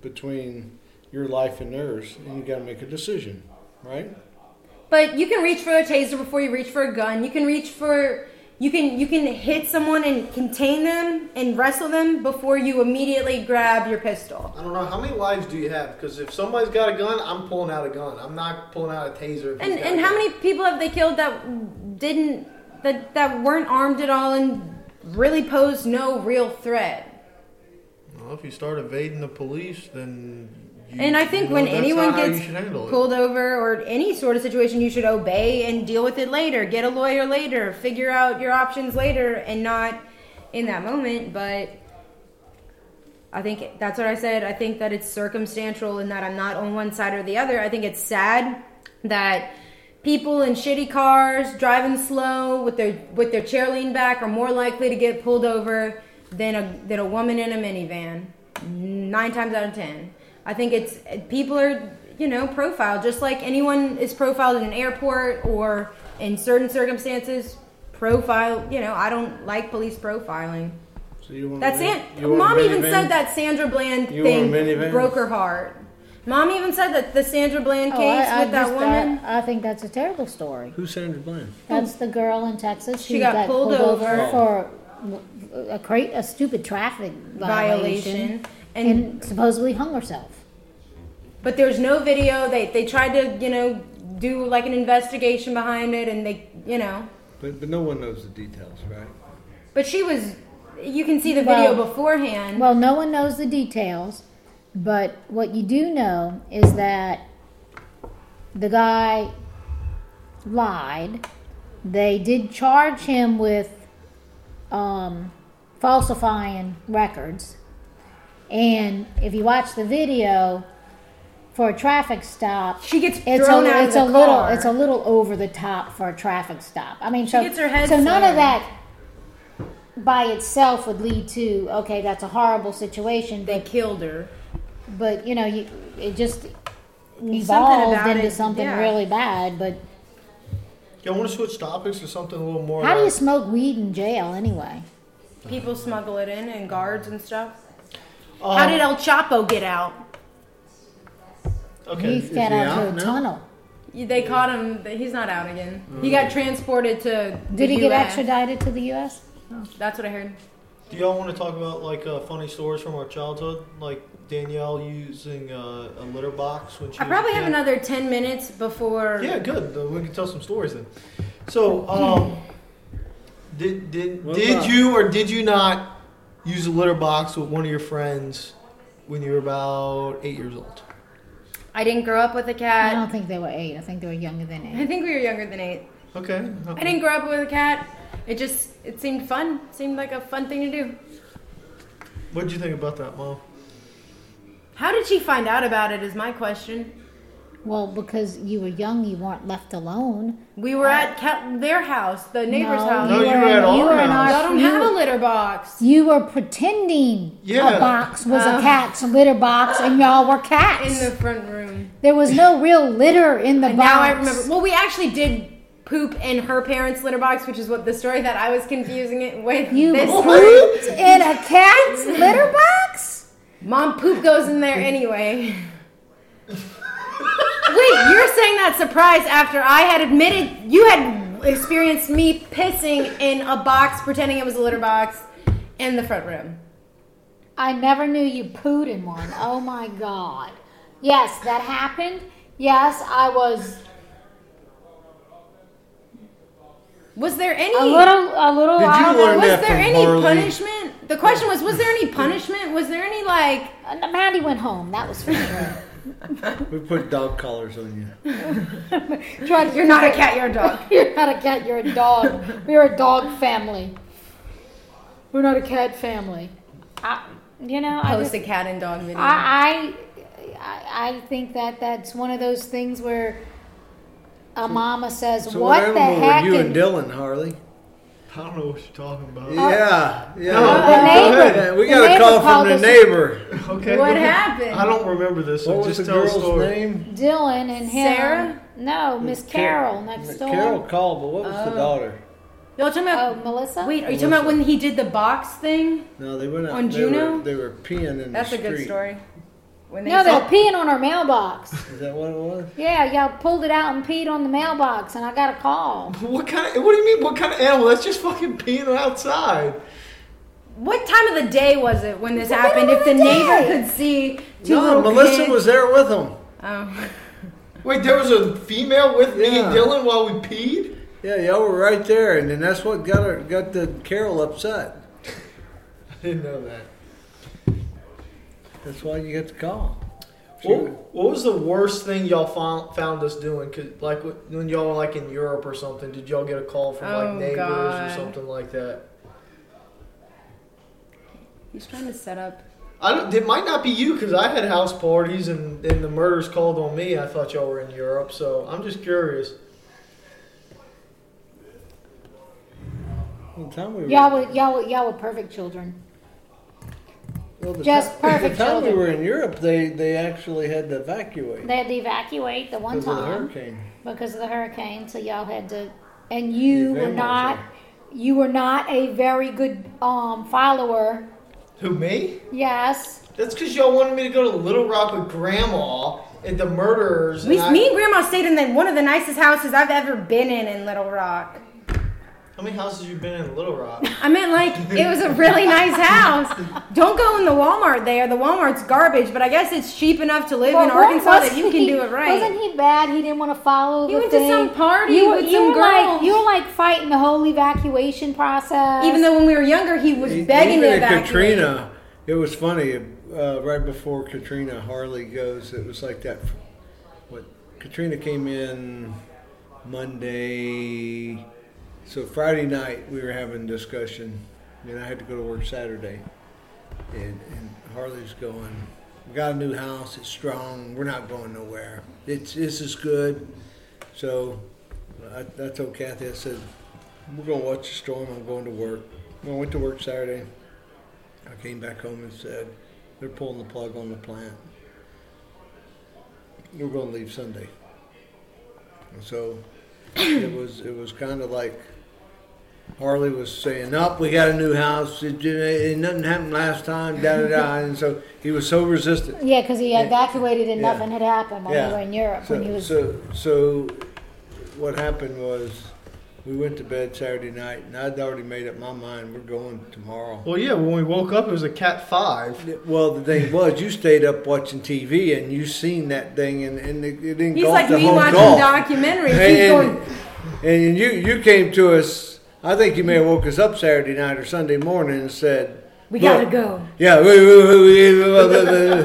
between your life and theirs, and you got to make a decision, right?
but you can reach for a taser before you reach for a gun you can reach for you can you can hit someone and contain them and wrestle them before you immediately grab your pistol
I don't know how many lives do you have? Because if somebody's got a gun, I'm pulling out a gun. I'm not pulling out a taser. if he's
and
got
and
a
how
gun.
many people have they killed that didn't that that weren't armed at all and really posed no real threat
Well, if you start evading the police, then. You,
And I think
you know,
when
that's
anyone
not how
gets
you should handle it.
pulled over or any sort of situation, you should obey and deal with it later. Get a lawyer later. Figure out your options later and not in that moment. But I think that's what I said. I think that it's circumstantial and that I'm not on one side or the other. I think it's sad that people in shitty cars driving slow with their with their chair leaned back are more likely to get pulled over than a than a woman in a minivan. Nine times out of ten, I think it's people are you know profiled just like anyone is profiled in an airport or in certain circumstances. Profile, you know, I don't like police profiling.
So you want
That's
a,
it.
min- you want a
Mom even
minivan?
said that Sandra Bland
You
thing
want a minivan?
broke her heart. Mom even said that the Sandra Bland
Oh,
case
I- I
with that
just-
woman.
I, I think that's a terrible story.
Who's Sandra Bland?
That's the girl in Texas.
She got pulled
Oh.
over.
for a, cra- a stupid traffic violation,
violation.
and,
And,
supposedly hung herself.
but there's no video. They they tried to you know do like an investigation behind it, and they you know.
But, but no one knows the details, right?
But she was. You can see the video
Well-
beforehand.
Well, no one knows the details, but what you do know is that the guy lied. They did charge him with um, falsifying records. And if you watch the video for a traffic stop,
she gets
it's
thrown
a,
out
it's
of
a
the
little
car.
it's a little over the top for a traffic stop. I mean, so
gets her head
so none of
slammed.
that by itself would lead to okay, that's a horrible situation.
they
But,
killed her.
but you know, you it just
Something
evolved
about
into
it,
something
yeah.
really bad. But
Yeah, I want to switch topics to something a little more.
how do you
like-
smoke weed in jail anyway?
People smuggle it in and guards and stuff.
Um,
How did El Chapo get out?
okay.
He fed
he
out to
out
a
now?
tunnel.
They caught him. but He's not out again. He got transported to.
Did
the
he get
US.
extradited to the U.S.?
That's what I heard.
Do y'all want to talk about like uh, funny stories from our childhood, like Danielle using uh, a litter box when she?
I
was a
probably have
kid?
another 10 minutes before.
Yeah, good. Uh, We can tell some stories then. So, um, did did
What
did
about-
you or did you not use a litter box with one of your friends when you were about eight years old?
I didn't grow up with a
I
cat.
don't think they were eight. I think they were younger than
I
eight.
think we were younger than eight.
Okay.
I didn't grow up with a cat. It just it seemed fun. It seemed like a fun thing to do.
What would you think about that, Mom?
How did she find out about it? Is my question.
Well, because you were young, you weren't left alone.
We were at ca- their house, the neighbor's
No,
house.
No, you were at our
you were in
house.
I
our
don't have a litter box.
You were pretending
Yeah.
a box was
Oh.
a cat's litter box, and y'all were
In
cats.
the front room.
there was no real litter in the
And
box.
now I remember. Well, we actually did poop in her parents' litter box, which is what the story that I was confusing it with.
You
this
pooped in a cat's litter box?
Mom poop goes in there anyway. Wait, you're saying that surprise after I had admitted you had experienced me pissing in a box, pretending it was a litter box, in the front room.
I never knew you pooed in one. Oh my god. Yes, that happened. Yes, I was
Was there any?
a little, a little. um,
Did you
I don't know,
learn
was
that
there
from
any
Harley?
punishment? The question was, was there any punishment? Was there any like?
Uh, Maddie went home. That was for sure.
We put dog collars on you.
Tried,
You're not a cat, you're a dog.
You're not a cat. You're a dog. We're a dog family. We're not a cat family. I, you know, I
Post
just,
a cat and dog video.
I, I, I, I think that that's one of those things where a mama says,
So
"What
what
the
animal
heck?"
were you and
and-
Dylan, Harley?
I don't know what you're talking about.
Yeah, yeah.
the Oh. neighbor-
we
the
got a
neighbor
call
called
from the
us-
neighbor.
Okay.
what
okay.
happened?
I don't remember this. So
What was the
just tell a
girl's
story.
name?
Dylan and him.
Sarah?
No, Miss Carol next door.
Carol called, but what was the daughter?
Y'all talking
Oh,
about?
Melissa.
wait, are you talking about when he did the box thing?
No, they went out.
On
they
Juno?
Were, they were peeing in
That's
the
a
street.
good story. When they
No, they're
saw-
peeing on our mailbox.
Is that what it was?
Yeah, y'all pulled it out and peed on the mailbox, and I got a call.
What kind of? What do you mean? What kind of animal? That's just fucking peeing outside.
What time of the day was it when this
What
happened?
time
If
of
the
the
neighbor
day?
could see two
No,
little
Melissa
kids.
was there with them.
Oh.
Wait, there was a female with me and
Yeah.
Dylan while we peed.
Yeah, y'all were right there, and then that's what got her, got the Carol upset.
I didn't know that.
That's why you got the call. She
What,
was-
what was the worst thing y'all found, found us doing? Cause like wh- when y'all were like in Europe or something, did y'all get a call from like
Oh,
neighbors
God.
or something like that?
He's trying to set up.
I don't. It might not be you because I had house parties and and the murders called on me. I thought y'all were in Europe, so I'm just curious.
Well, the time we were,
Y'all were, y'all were, y'all were perfect children.
well, the
just
ti-
perfect
The time
children.
we were in Europe, they, they actually had to evacuate
They had to evacuate the one
because of the
time
hurricane.
because of the hurricane, so y'all had to. And
The
you were
van was
not, you were not a very good um, follower.
Who me?
Yes,
That's because y'all wanted me to go to Little Rock with Grandma and the murderers.
We,
and I,
me and Grandma stayed in the, one of the nicest houses I've ever been in in Little Rock.
How many houses you been in in Little Rock?
I meant like it was a really nice house. Don't go in the Walmart there. The Walmart's garbage, but I guess it's cheap enough to live
But
in
what
Arkansas
was
that you can
he-
do it right.
Wasn't he bad? He didn't want to follow.
He
the
went to
thing.
some party
You were,
with
you
some
were
girls.
like you were like fighting the whole evacuation process.
Even though when we were younger, he was begging
Even
to
at
evacuate.
Katrina, it was funny. Uh, right before Katrina, Harley goes. It was like that. What Katrina came in Monday, so Friday night we were having discussion, and I had to go to work Saturday, and, and Harley's going. We got a new house. It's strong. We're not going nowhere. It's this is good. So I, I told Kathy. I said, we're gonna watch the storm. I'm going to work. When I went to work Saturday, I came back home and said they're pulling the plug on the plant. We're going to leave Sunday. And so it was it was kind of like Harley was saying, "Nope, we got a new house. It, it, it nothing happened last time." Da da da. And so he was so resistant.
Yeah, because he evacuated and
Yeah.
nothing had happened while
Yeah.
we were in Europe when he
So,
was.
so, so what happened was we went to bed Saturday night, and I'd already made up my mind we're going tomorrow.
well, yeah. When we woke up, it was a Cat Five.
Well, the thing was, you stayed up watching TV, and you seen that thing, and, and it, it engulfed
He's like
the
me
whole
watching
golf.
documentaries. He's
and,
going,
and, and you you came to us. I think you may have woke us up Saturday night or Sunday morning and said,
"We
"Look,
gotta go."
yeah, we- we- we- we- we- we- we-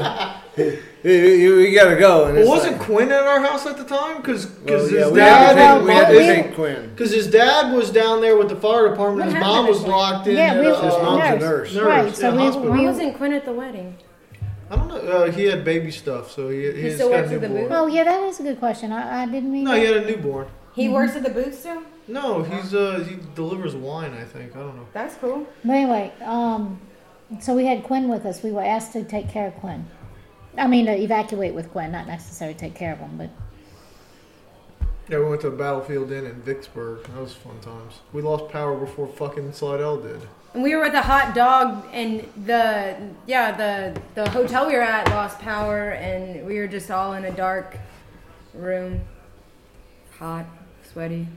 we- You, you, you gotta go. And
Well,
it's
wasn't
like,
Quinn at our house at the time? Because
well,
because
yeah,
his
we had to
dad
take- we had to take Quinn.
because his dad was down there with the fire department.
What
His
happened
mom was
to Quinn?
locked in.
Yeah,
at,
we-
uh,
His mom's a
nurse,
nurse.
nurse,
right, so
yeah,
we-
hospital.
we-
I wasn't Quinn at the wedding.
I don't know. Uh, he had baby stuff, so he he,
still
got
works
a
at the
newborn.
booth?
Oh, yeah, that is a good question. I, I didn't mean
No, he had a newborn.
He works at the booth still.
No, he's uh he delivers wine. I think I don't know.
That's cool.
But anyway, um, so we had Quinn with us. We were asked to take care of Quinn. I mean, to evacuate with Quinn, not necessarily take care of him, but
Yeah, we went to a battlefield inn in Vicksburg. That was fun times. We lost power before fucking Slidell did.
And we were at the hot dog, and the yeah the the hotel we were at lost power, and we were just all in a dark room, hot, sweaty.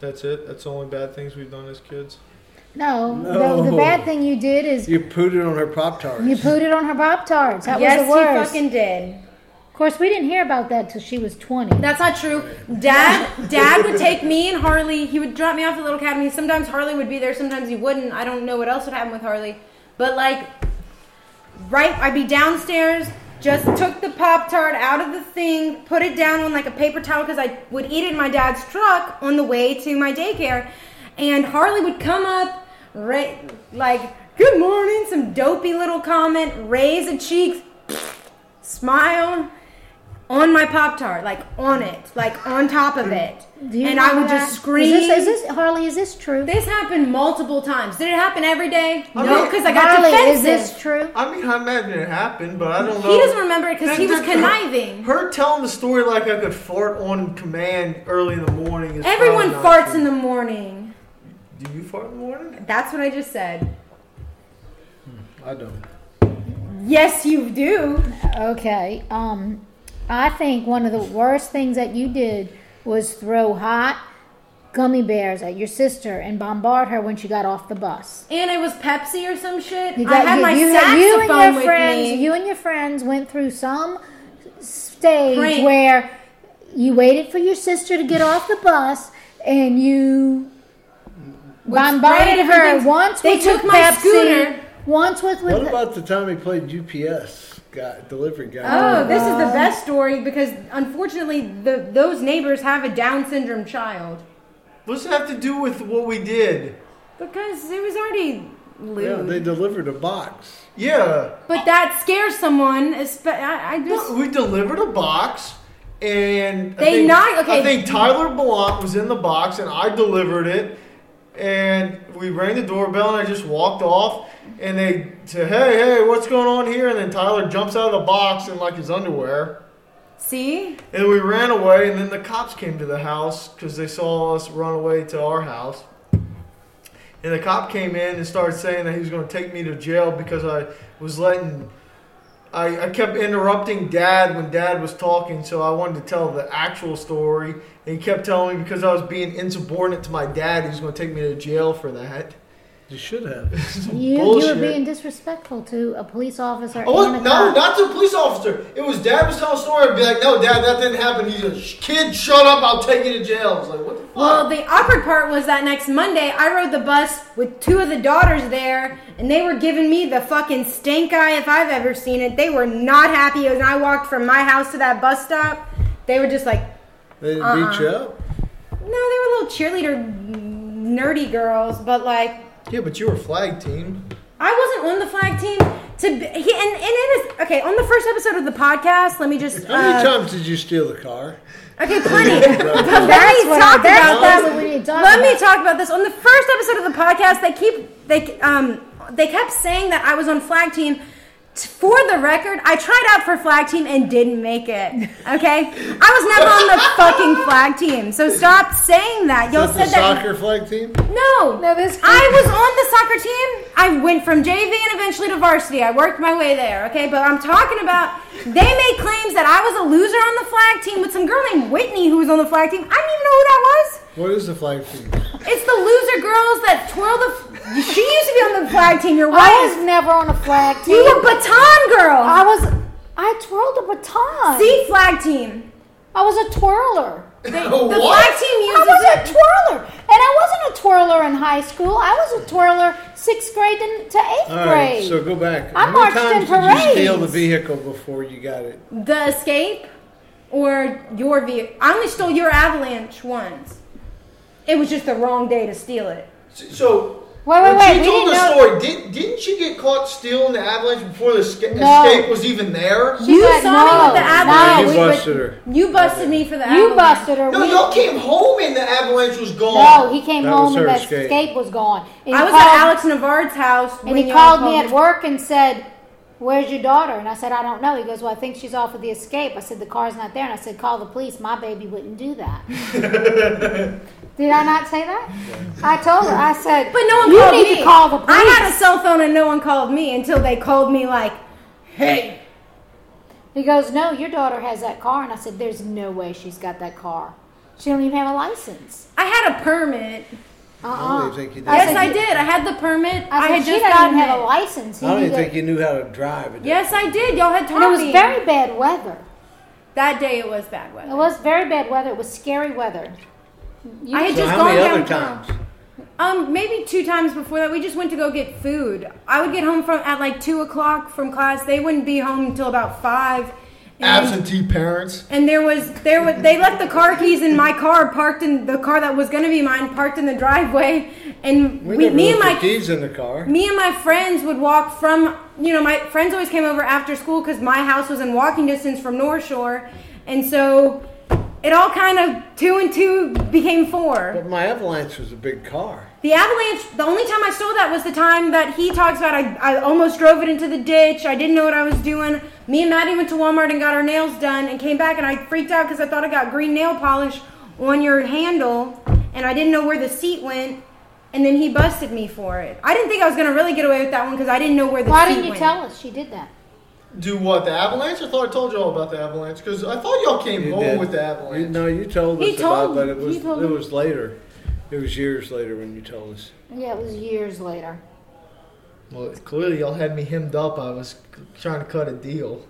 That's it. That's the only bad things we've done as kids.
no.
No.
The, the bad thing you did is you,
You pooted on her pop tart.
pooed it on her Pop Tarts. That
yes,
was the worst.
he fucking did.
Of course, we didn't hear about that till she was 20.
That's not true. Dad, Dad would take me and Harley. He would drop me off at Little Academy. Sometimes Harley would be there. Sometimes he wouldn't. I don't know what else would happen with Harley. But like, right, I'd be downstairs. Just took the pop tart out of the thing, put it down on like a paper towel because I would eat it in my dad's truck on the way to my daycare. And Harley would come up, ra- like, "Good morning," some dopey little comment, raise a cheek, smile on my pop tart, like on it, like on top of it,
Mm. Do you
and I would
remember
just
that? Is
scream.
this, is this Harley? Is this true?
This happened multiple times. Did it happen every day? No,
mean,
because I got
Harley,
defensive.
is this true?
I mean, I imagine it happened, but I don't
He
know.
doesn't remember it 'cause
That-
he was
that-
conniving.
Her telling the story like I could fart on command early in the morning is
Everyone
probably not
farts
true.
in the morning.
Do you fart in the morning?
That's what I just said.
I don't.
Yes, you do.
Okay. Um, I think one of the worst things that you did was throw hot gummy bears at your sister and bombard her when she got off the bus.
And it was Pepsi or some shit.
You
I
got-
had
you-
my
you had-
saxophone
you and your
with
friends,
me.
You and your friends went through some stage
Prank.
where you waited for your sister to get off the bus and you bombarded
sprayed
her
everything.
once
They
with
took
with
my
Pepsi,
scooter.
once with with
What about the time he played UPS guy, delivery guy?
Oh, this is the best story because unfortunately, the, those neighbors have a Down syndrome child.
What's that have to do with what we did?
Because it was already
yeah,
lewd.
they delivered a box.
Yeah.
but that scares someone. espe- I, I just.
Look, we delivered a box, and I
They
think-
knocked- okay.
I think Tyler Blunt was in the box, and I delivered it, and we rang the doorbell, and I just walked off, and they said, "Hey, hey, what's going on here?" And then Tyler jumps out of the box in like his underwear,
See?
and we ran away, and then the cops came to the house because they saw us run away to our house. And the cop came in and started saying that he was going to take me to jail because I was letting. I, I kept interrupting dad when dad was talking, so I wanted to tell the actual story. And he kept telling me because I was being insubordinate to my dad, he was going to take me to jail for that.
You should have.
you, you were
bullshit.
being disrespectful to a police officer.
Oh,
and a
no,
cop.
not to a police officer. It was dad was telling a story. I'd be like, no, dad, that didn't happen. He's like, "Sh- kid, shut up, I'll take you to jail. I was like, what the fuck?
Well, the awkward part was that next Monday, I rode the bus with two of the daughters there, and they were giving me the fucking stink eye if I've ever seen it. They were not happy as I walked from my house to that bus stop. They were just like,
They didn't beat you up.
no, they were little cheerleader nerdy girls, but like,
Yeah, but you were flag team.
I wasn't on the flag team. To be, he, and, and it is okay on the first episode of the podcast. Let me just
How many
uh,
times did you steal the car?
okay, plenty. But let
That's
me
what
talk
I, that's
about this.
what we need to talk
Let
about.
me talk about this. On the first episode of the podcast, they keep they um they kept saying that I was on flag team. T- For the record, I tried out for flag team and didn't make it. Okay, I was never on the fucking flag team, so stop saying that. Y'all
Is that the
said that.
soccer flag team?
No,
No, this-
I was on the soccer team. I went from JV and eventually to varsity. I worked my way there. Okay, but I'm talking about they made claims that I was a loser on the flag team with some girl named Whitney who was on the flag team. I didn't even know who that was.
What is the flag team?
It's the loser girls that twirl the. F- she used to be on the flag team. You're
I
right.
was never on a flag team.
You were baton girl.
I was. I twirled a baton.
See, flag team.
I was a twirler.
They, the flag team
I
uses
wasn't
it.
a twirler, and I wasn't a twirler in high school. I was a twirler sixth grade to, to eighth
All right,
grade.
so go back. How
I
many
marched
times
in
did you steal the
parades.
vehicle before you got it?
The escape or your vehicle. I only stole your avalanche once. It was just the wrong day to steal it.
So
Wait, wait,
when
wait,
she
we
told the
didn't know-
story, did, didn't she get caught stealing the avalanche before the esca-
No.
escape was even there?
You
said
saw me with the
no,
avalanche.
no. You
We- but-
busted her.
You busted me for the avalanche.
you busted her.
No,
we-
y'all came home and the avalanche was gone.
No, he came
That was
home and
her
the
escape.
escape. was gone. And
I
he
was
called-
at Alex Navarre's house
And
when
he
y'all
called me at
me.
work and said, Where's your daughter? And I said, I don't know. He goes, Well, I think she's off with the escape. I said, The car's not there. And I said, Call the police. My baby wouldn't do that. Did I not say that? I told her. I said,
But no one
You
called
need
me.
to call the police.
I had a cell phone and no one called me until they called me like, "Hey,
He goes, No, your daughter has that car. And I said, There's no way she's got that car. She don't even have a license.
I had a permit."
Uh
I
uh
don't even think you did.
Yes,
said,
I did. I had the permit.
I
I,
said,
had
She
just
doesn't
gotten
even have a
it.
license.
I don't
You
even
need to-
think you knew how to drive. It.
Yes, I did. Y'all had
and it
taught
was
me.
very bad weather.
that day it was bad weather.
It was very bad weather. It was scary weather. You
I had
So
just
how
gone
many other
downtown.
times?
Um, maybe two times before that, we just went to go get food. I would get home from at like two o'clock from class. They wouldn't be home until about five. And
Absentee parents.
And there was there was they left the car keys in my car parked in the car that was gonna be mine parked in the driveway, and
We
we,
never
me and
left the
my
keys in the car.
me and my friends would walk from you know my friends always came over after school because my house was in walking distance from North Shore, and so it all kind of two and two became four.
But my Avalanche was a big car.
The avalanche. The only time I stole that was the time that he talks about. I I almost drove it into the ditch. I didn't know what I was doing. Me and Maddie went to Walmart and got our nails done and came back and I freaked out because I thought I got green nail polish on your handle and I didn't know where the seat went. And then he busted me for it. I didn't think I was gonna really get away with that one because I didn't know where the
Why
seat
didn't you
went.
tell us she did that?
Do what? The avalanche? I thought I told y'all about the avalanche because I thought y'all came
You
home
did.
with the
You,
avalanche.
no, you told us
He
about,
told-
but it
he
was
told
it
me.
was later. It was years later when you told us.
Yeah, it was years later.
Well, clearly y'all had me hemmed up. I was trying to cut a deal.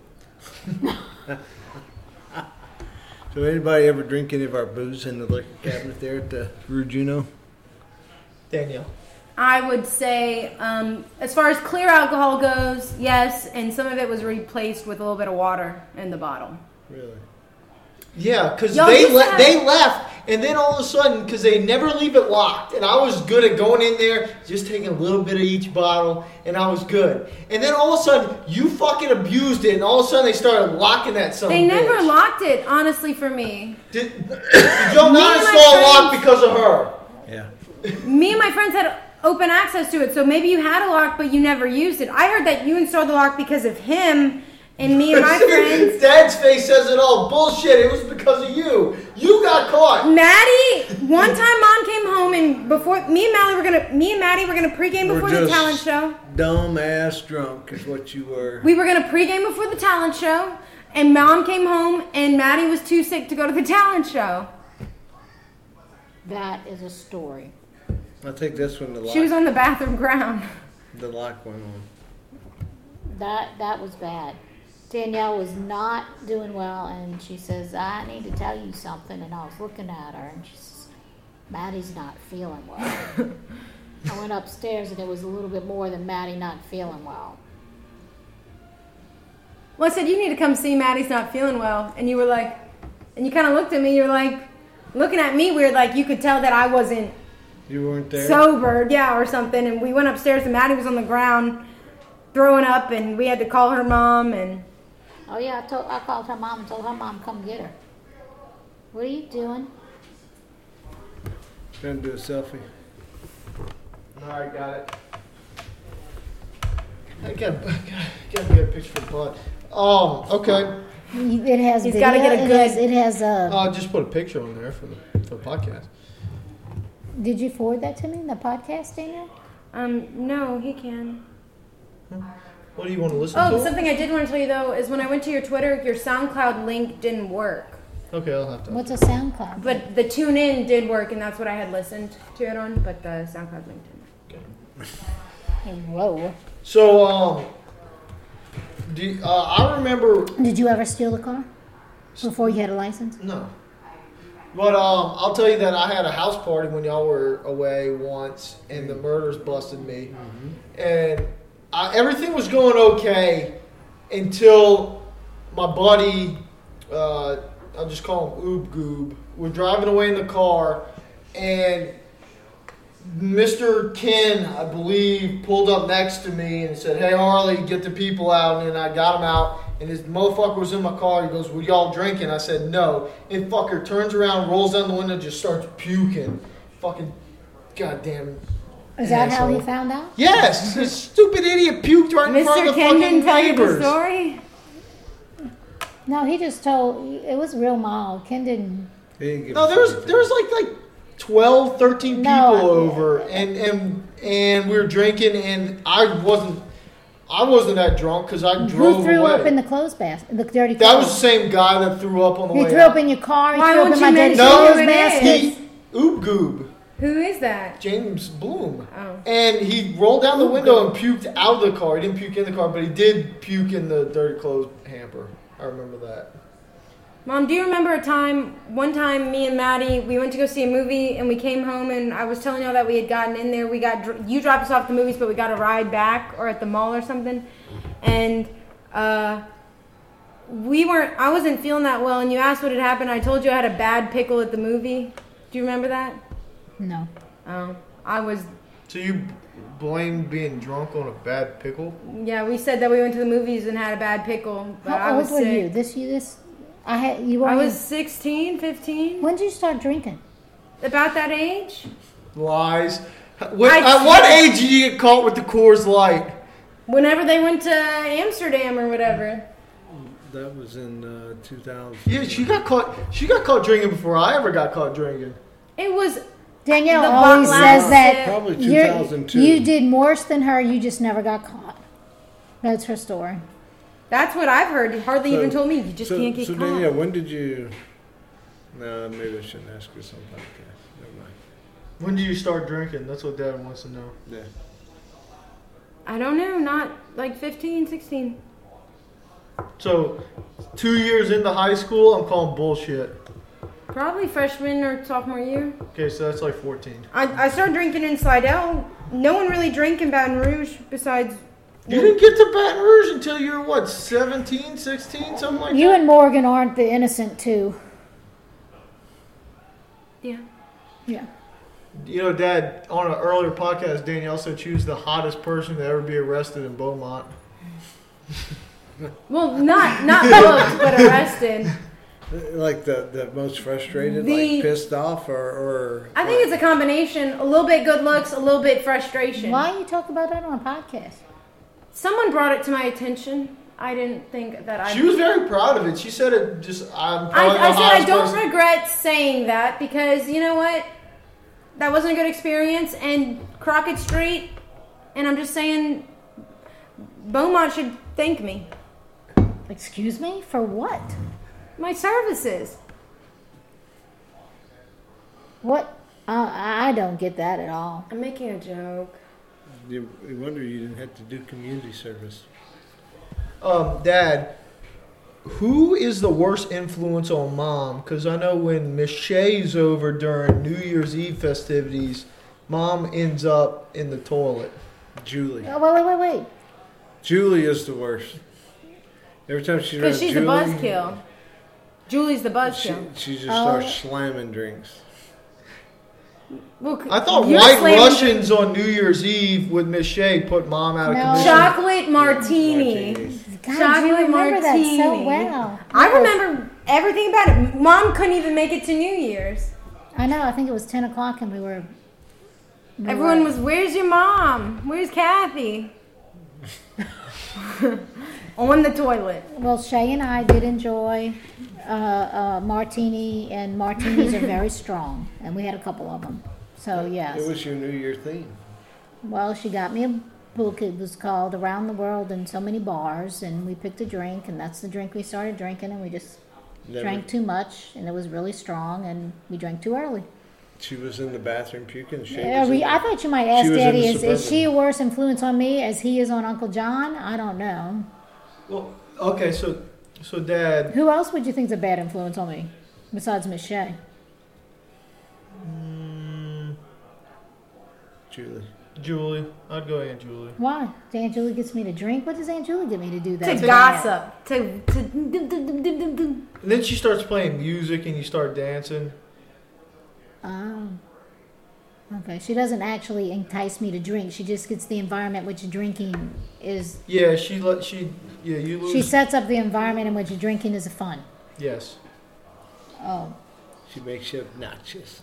So anybody ever drink any of our booze in the liquor cabinet there at the Rugino?
Danielle.
I would say, um, as far as clear alcohol goes, yes, and some of it was replaced with a little bit of water in the bottle.
Really?
Yeah, because
Y'all
they
just
le-
had-
they left, and then all of a sudden, because they never leave it locked, and I was good at going in there, just taking a little bit of each bottle, and I was good. And then all of a sudden, you fucking abused it, and all of a sudden they started locking that
They
something.
never locked it, honestly, for me.
Did, did y'all
Me
not
and my
install a lock
friends-
because of her?
Yeah.
Me and my friends had open access to it, so maybe you had a lock, but you never used it. I heard that you installed the lock because of him and me and my friends.
Dad's face says it all. Bullshit. It was because of you. You got caught.
Maddie, one time mom came home and before me and Maddie were gonna me and Maddie were gonna pregame
We're
before the
just
talent show.
Dumb ass drunk is what you were.
We were gonna pregame before the talent show, and mom came home and Maddie was too sick to go to the talent show.
That is a story.
I think that's when the lock
She was on the bathroom ground.
the lock went on.
That that was bad. Danielle was not doing well, and she says, "I need to tell you something." And I was looking at her, and she says, "Maddie's not feeling well." I went upstairs, and it was a little bit more than Maddie not feeling well.
Well, I said, You need to come see Maddie's not feeling well. And you were like, And you kind of looked at me, you were like, looking at me weird, like you could tell that I wasn't
You weren't there.
sober, yeah, or something. And we went upstairs, and Maddie was on the ground throwing up, and we had to call her mom. And
Oh yeah, I told I called her mom and told her mom come get her. What are you doing?
trying to do a selfie.
All right, got it. I got, I got, got to get a picture for Bud. Um, okay.
It has.
He's gotta video, get a it good- has-
It has. Uh,
I'll just put a picture on there for the for the podcast.
did you forward that to me in the podcast, Daniel?
um, no, he can.
What do you want to listen
Oh,
to?
something I did want to tell you though is when I went to your Twitter, your SoundCloud link didn't work,
okay, I'll have to.
What's a SoundCloud?
but the TuneIn did work, and that's what I had listened to it on. But the SoundCloud link didn't.
Whoa!
So, um, do you- uh, I remember
Did you ever steal a car before you had a license?
no. But um, I'll tell you that I had a house party when y'all were away once, and the murders busted me, and I, everything was going okay until my buddy, uh, I'll just call him Oob Goob, we're driving away in the car, and Mr. Ken, I believe, pulled up next to me and said, "Hey Harley, get the people out." And I got him out. And this motherfucker was in my car. He goes, "Were y'all drinking?" I said, "No." And fucker turns around, rolls down the window, just starts puking. Fucking, goddamn.
Is that how he
asshole.
found out?
Yes, this stupid idiot puked right in front
Mr.
of the
Ken
fucking
didn't tell you the
neighbors.
story?
No, he just told. It was real mild. Ken didn't.
He didn't give
No,
a
there was
fuck.
there was like like 12, 13 people
No, I-
over, and and and we were drinking, and I wasn't I wasn't that drunk because I drove
Who threw
away.
up in the clothes basket? The dirty
that was the
clothes.
same guy that Oh. threw up on the
He
way.
threw
out.
up in your car. He
Why
threw up
won't
in
you
my dirty
mention
clothes
who it
basket.
he oob goob
Who is that?
James Bloom,
Oh.
and he rolled down the window and puked out of the car. He didn't puke in the car, but he did puke in the dirty clothes hamper. I remember that.
Mom, do you remember a time, one time me and Maddie, we went to go see a movie and we came home and I was telling y'all that we had gotten in there. We got, dr- you dropped us off at the movies, but we got a ride back or at the mall or something. And, uh, we weren't, I wasn't feeling that well and you asked what had happened. I told you I had a bad pickle at the movie. Do you remember that?
No.
Oh, I was
So you blame being drunk on a bad pickle?
Yeah, we said that we went to the movies and had a bad pickle, but I
How
was
old were
sick.
you? This you this. I had you were.
I was 16, 15,
When did you start drinking?
about that age.
Lies. When,
I
at what
swear-
age did you get caught with the Coors Light?
Whenever they went to Amsterdam or whatever.
That was in uh, 2000.
Yeah, she got caught. She got caught drinking before I ever got caught drinking.
It was
Danielle
The
always
bottle
says
out.
that
Probably
you're-
2002.
you did worse than her. You just never got caught. That's her story.
that's what I've heard. You Hardly
So-
even told me. You just
so,
can't get
so
caught.
Danielle, when did you? No, maybe I shouldn't ask you some podcast. Never mind.
When did you start drinking? That's what Dad wants to know.
Yeah.
I don't know, not like 15, 16.
So, two years into high school, I'm calling bullshit.
Probably freshman or sophomore year.
Okay, so that's like 14.
I, I started drinking in Slidell. No one really drank in Baton Rouge besides.
You didn't get to Baton Rouge until you were what, 17, 16, something like
You
that.
and Morgan aren't the innocent two.
Yeah.
Yeah.
You know, Dad, on an earlier podcast, Danielle said she was the hottest person to ever be arrested in Beaumont.
Well, not not booked, but arrested.
Like the, the most frustrated,
The-
like pissed off, or, or
I think it's a combination. A little bit good looks, a little bit frustration.
Why you talk about that on a podcast?
Someone brought it to my attention. I didn't think that I.
She was very proud of it. She said it just, I'm
I, I
probably the
said I
hottest
don't
person.
regret saying that because you know what, that wasn't a good experience. And Crockett Street, and I'm just saying, Beaumont should thank me.
Excuse me? For what?
My services.
What? Uh, I I don't get that at all.
I'm making a joke.
you, you wonder you didn't have to do community service.
Um, Dad, who is the worst influence on Mom? Because I know when Miss Shay's over during New Year's Eve festivities, Mom ends up in the toilet.
Julie,
Oh, wait, wait, wait, wait.
Julie is the worst. Every time she's around
Because she's
Julie,
a buzzkill. Julie's the
She,
buzzkill.
she just
Oh.
starts slamming drinks.
Well, c-
I thought
you're
White
slamming
Russians on New Year's Eve with Miss Shay put Mom out of
No.
commission.
chocolate martini.
Martinis.
God, you
Chocolate
remember that so
martini.
well.
I remember everything about it. Mom couldn't even make it to New Year's.
I know. I think it was 10 o'clock and we were. we
Everyone
were-
was, where's your mom? Where's Kathy? On the toilet.
Well, Shay and I did enjoy uh, uh, martini, and martinis are very strong, and we had a couple of them. So, yes.
It was your New Year theme.
Well, she got me a book. It was called Around the World in So Many Bars, and we picked a drink, and that's the drink we started drinking, and we just
Never.
drank too much, and it was really strong, and we drank too early.
She was in the bathroom puking. She
Yeah,
was in
we,
the-
I thought you might ask
She was in
Daddy,
the
is, is
Suburban.
she a worse influence on me as he is on Uncle John? I don't know.
Well, okay, so so Dad,
Who else would you think's a bad influence on me besides Miss Shay?
Julie.
Julie. I'd go Aunt Julie.
Why? Does Aunt Julie gets me to drink? What does Aunt Julie get me to do that?
to gossip, to to dum, dum, dum, dum, dum, dum.
And then she starts playing music and you start dancing.
Oh. Okay. She doesn't actually entice me to drink. She just gets the environment which drinking is.
Yeah, she let she yeah, you lose
She sets up the environment in which drinking is fun.
Yes.
Oh.
She makes you obnoxious.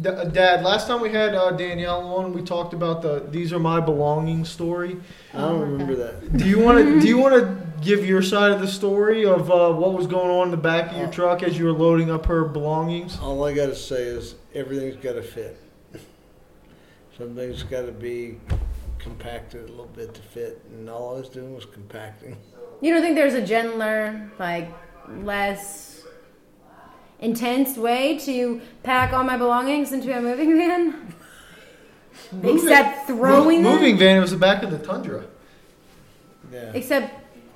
D- uh, Dad, last time we had uh, Danielle on, we talked about the "These Are My Belongings" story.
Oh
I don't remember that.
Do you want to? do you want to give your side of the story of uh, what was going on in the back
Oh.
of your truck as you were loading up her belongings?
All I gotta say is everything's gotta fit. Something's gotta be compacted a little bit to fit, and all I was doing was compacting.
You don't think there's a gentler, like less intense way to pack all my belongings into a moving van? Except throwing
Mo-
them?
moving van. It was the back of the Tundra.
Yeah.
Except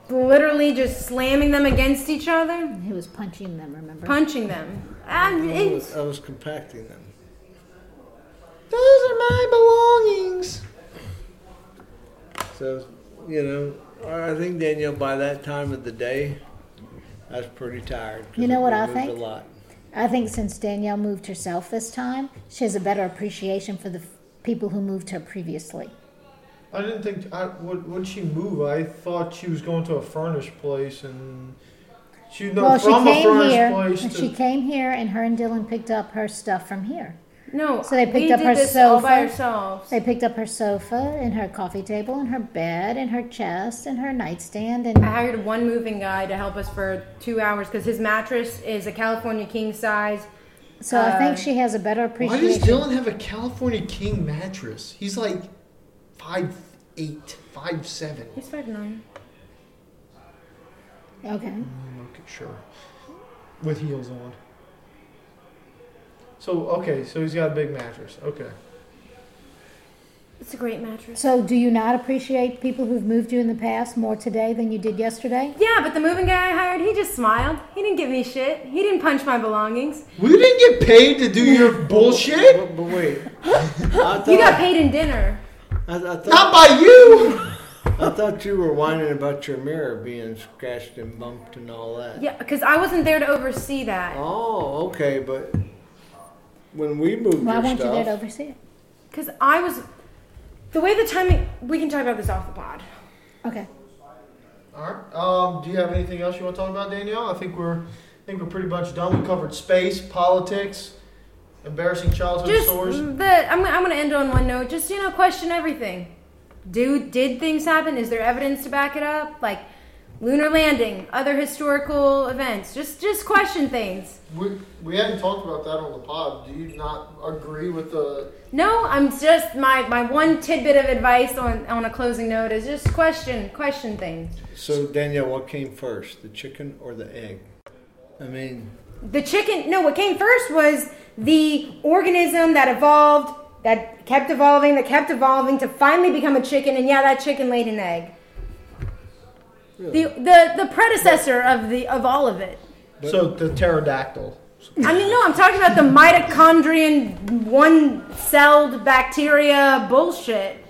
literally just slamming them against each other,
He was punching them, remember?
punching them. Ah, I,
I
it,
was, I was compacting them.
Those are my belongings.
So, you know, I think Danielle, by that time of the day, I was pretty tired. 'cause
You know what
we
I
moved
think?
A lot.
I think since Danielle moved herself this time, she has a better appreciation for the f- people who moved her previously.
I didn't think I would. Would she move? I thought she was going to a furnished place and she no
well, she
from a
came
furnished
here.
place. To,
she came here, and her and Dylan picked up her stuff from here.
no,
So they picked
we
up
did
her
this all by
sofa.
ourselves.
They picked up her sofa and her coffee table and her bed and her chest and her nightstand and
I hired one moving guy to help us for two hours because his mattress is a California king size.
so I think she has a better
Uh, why does
appreciation.
Dylan have a California King mattress? He's like five eight, five seven.
He's five nine.
okay.
Okay, sure. With heels on. So okay, so he's got a big mattress. Okay.
It's a great mattress.
So do you not appreciate people who've moved you in the past more today than you did yesterday?
Yeah, but the moving guy I hired, he just smiled. He didn't give me shit. He didn't punch my belongings.
We didn't get paid to do your bullshit.
But, but wait, I
You got
thought,
paid in dinner.
I, I,
Not
thought,
by you.
I thought you were whining about your mirror being scratched and bumped and all that.
Yeah, because I wasn't there to oversee that.
Oh, okay, but when we moved
Why
your
weren't you
stuff,
there to oversee it?
Because I was. The way the timing. We can talk about this off the pod.
Okay.
All right. Um, do you have anything else you want to talk about, Danielle? I think we're, I think we're pretty much done. We covered space, politics, embarrassing childhood
Just
stories.
the. I'm, I'm going to end on one note. Just, you know, question everything. Do Did things happen? Is there evidence to back it up? Like lunar landing, other historical events. Just, just question things.
We, we hadn't talked about that on the pod. Do you not agree with the?
No, I'm just my, my one tidbit of advice on, on a closing note is just question question things.
so Danielle, what came first, the chicken or the egg? I mean,
The chicken no, what came first was the organism that evolved, that kept evolving, that kept evolving to finally become a chicken, and yeah, that chicken laid an egg. The, the the predecessor of the of all of it.
so the pterodactyl.
I mean, no, I'm talking about the mitochondrion one-celled bacteria bullshit.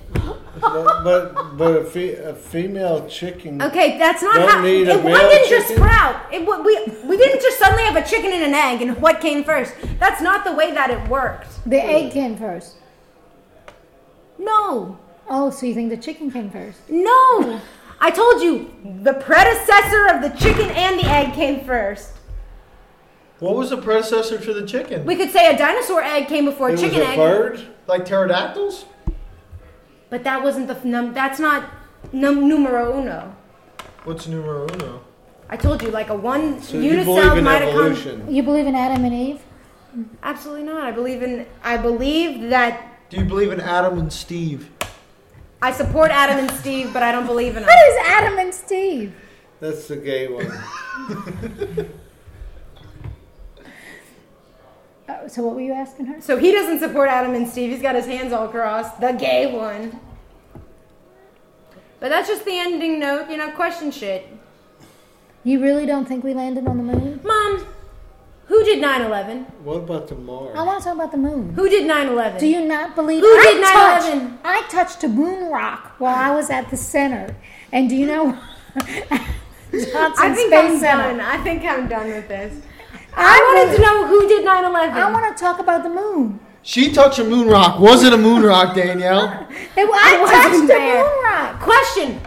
but but, but a, fe- a female chicken.
Okay, that's not
Don't
how.
need a
it, one
male
didn't just
chicken?
sprout. It, wa- we we didn't just suddenly have a chicken and an egg, and what came first? That's not the way that it worked.
The egg came first.
No,
Oh, so you think the chicken came first?
no. I told you the predecessor of the chicken and the egg came first.
What was the predecessor to the chicken?
We could say a dinosaur egg came before a
It was
chicken
a
egg,
bird.
like pterodactyls?
but that wasn't the f- num. That's not num numero uno.
What's numero uno?
I told you like a one
So you
unicell
believe in
mitochondria.
evolution?
You believe in Adam and Eve?
Absolutely not. I believe in. I believe that.
Do you believe in Adam and Steve?
I support Adam and Steve, but I don't believe in them.
What is Adam and Steve?
That's the gay one.
Uh, so what were you asking her?
So he doesn't support Adam and Steve. He's got his hands all crossed. The gay one. But that's just the ending note, you know, question shit.
You really don't think we landed on the moon?
Mom, who did 9 11?
What about the Mars?
I want to talk about the moon.
Who did 9 11?
Do you not believe
Who did
I
9/11?
touched, I touched a moon rock while I was at the center. And do you know Johnson
I think
Space
I'm
Center?
done. I think I'm done with this.
I,
I wanted to know who did 9
I
11.
want to talk about the moon.
She touched a moon rock. Was it a moon rock, Danielle?
It- I,
wasn't
touched
there.
a moon rock.
Question.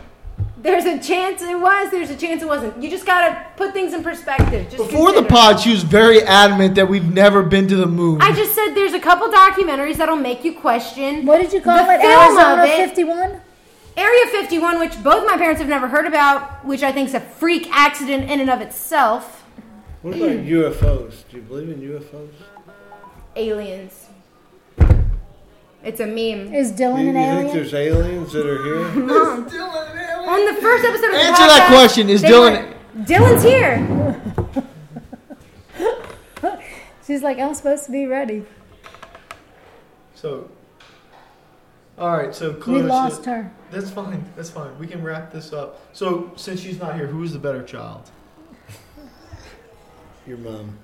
There's a chance it was, there's a chance it wasn't. You just gotta put things in perspective. Just
Before the
consider.
pod, she was very adamant that we've never been to the moon.
I just said there's a couple documentaries that'll make you question.
What did you call
The
it?
film of
Arizona
it-
51?
Area 51, which both my parents have never heard about, which I think is a freak accident in and of itself.
What about UFOs? Do you believe in UFOs?
Aliens. It's a meme.
Is
Do
Dylan
you
an
think
alien?
there's aliens that are here?
On the first episode of the
Answer that
podcast,
question. Is
they
Dylan-
were- Dylan's here.
She's like, I'm supposed to be ready.
so, all right. So
We
Chloe,
lost her.
That's fine. That's fine. We can wrap this up. So, since she's not here, who is the better child?
Your mom.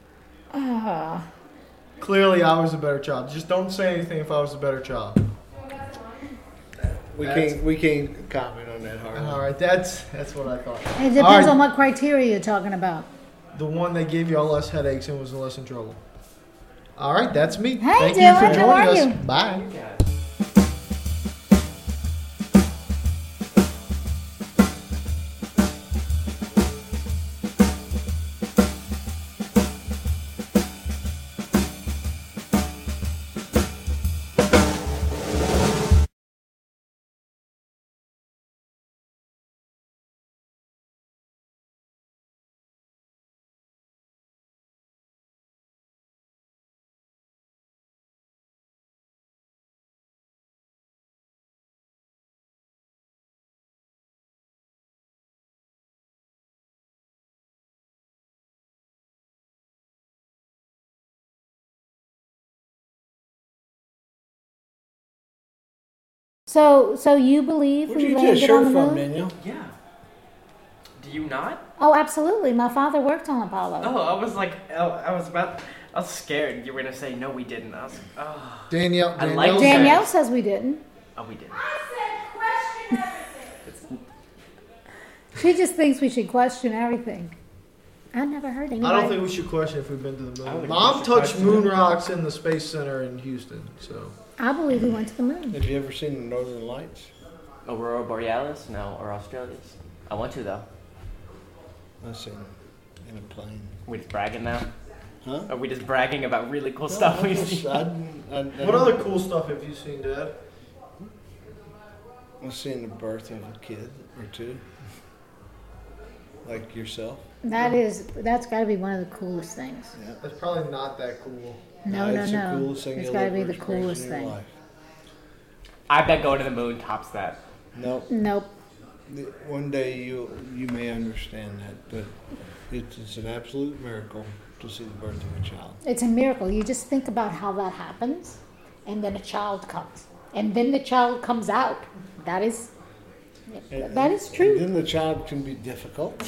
Clearly, I was a better child. Just don't say anything if I was a better child.
We
That's-
can't. We can't comment on that, Harlan.
All right, that's that's what I thought.
It depends
All right.
on what criteria you're talking about.
The one that gave y'all less headaches and was less in trouble. All right, that's me.
Hey,
Thank you
Dylan,
for joining
how are
us.
you?
Bye.
So, so you believe
Where'd
we
you get a
landed on the
shirt from,
moon?
Danielle?
Yeah. Do you not?
Oh, absolutely. My father worked on Apollo.
Oh, I was like, oh, I was about, I was scared you were gonna say no, we didn't. I was, oh,
Danielle.
I
Danielle.
like-
Danielle says we didn't.
oh we didn't.
She just thinks we should question everything. I never heard anybody.
I don't think we should question if we've been to the
I don't
moon.
think we
Mom
should
touched
question
moon
it.
rocks in the space center in Houston. So
I believe we went to the moon.
Have you ever seen the Northern Lights?
Oh, Aurora Borealis? No, or Australia's? I want to though.
I seen them in a plane.
We just bragging now?
Huh?
Are we just bragging about really cool stuff
I
we've
just-
seen?
I didn't- I- I
what
didn't-
other cool stuff have you seen, Dad?
I've seen the birth of a kid or two, like yourself.
That is, that's got to be one of the coolest things.
That's probably not that cool.
No, no,
That's the
no.
coolest thing
It's
you'll
got to
ever
be the
experience in
coolest
your
thing.
life.
I bet going to the moon tops that.
No,
Nope.
th- one day you you may understand that, but it's, it's an absolute miracle to see the birth of a child.
It's a miracle. You just think about how that happens, and then a child comes, and then the child comes out. That is,
And-
that is
And
true.
then the child can be difficult.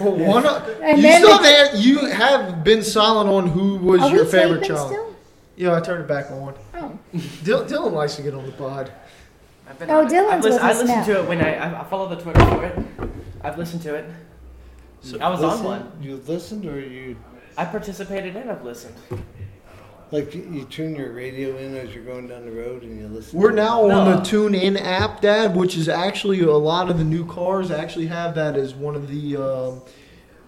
Well, one of,
And
you
then
still
the-
haven't- you have been silent on who was
Are
your
we
favorite
taping
child.
still?
Yeah, I turned it back on.
Oh,
Dylan, Dylan likes to get on the pod.
I've been
Oh,
on it.
Dylan's
I've lis-
with
I
us
listened
now.
to it when I, I, I follow the Twitter for it. I've listened to it. I was on
Listen-
one.
You listened or you
I participated and I've listened.
like you, you tune your radio in as you're going down the road and you listen.
We're
to
now on
No.
the Tune In app, Dad, which is actually a lot of the new cars actually have that as one of the um,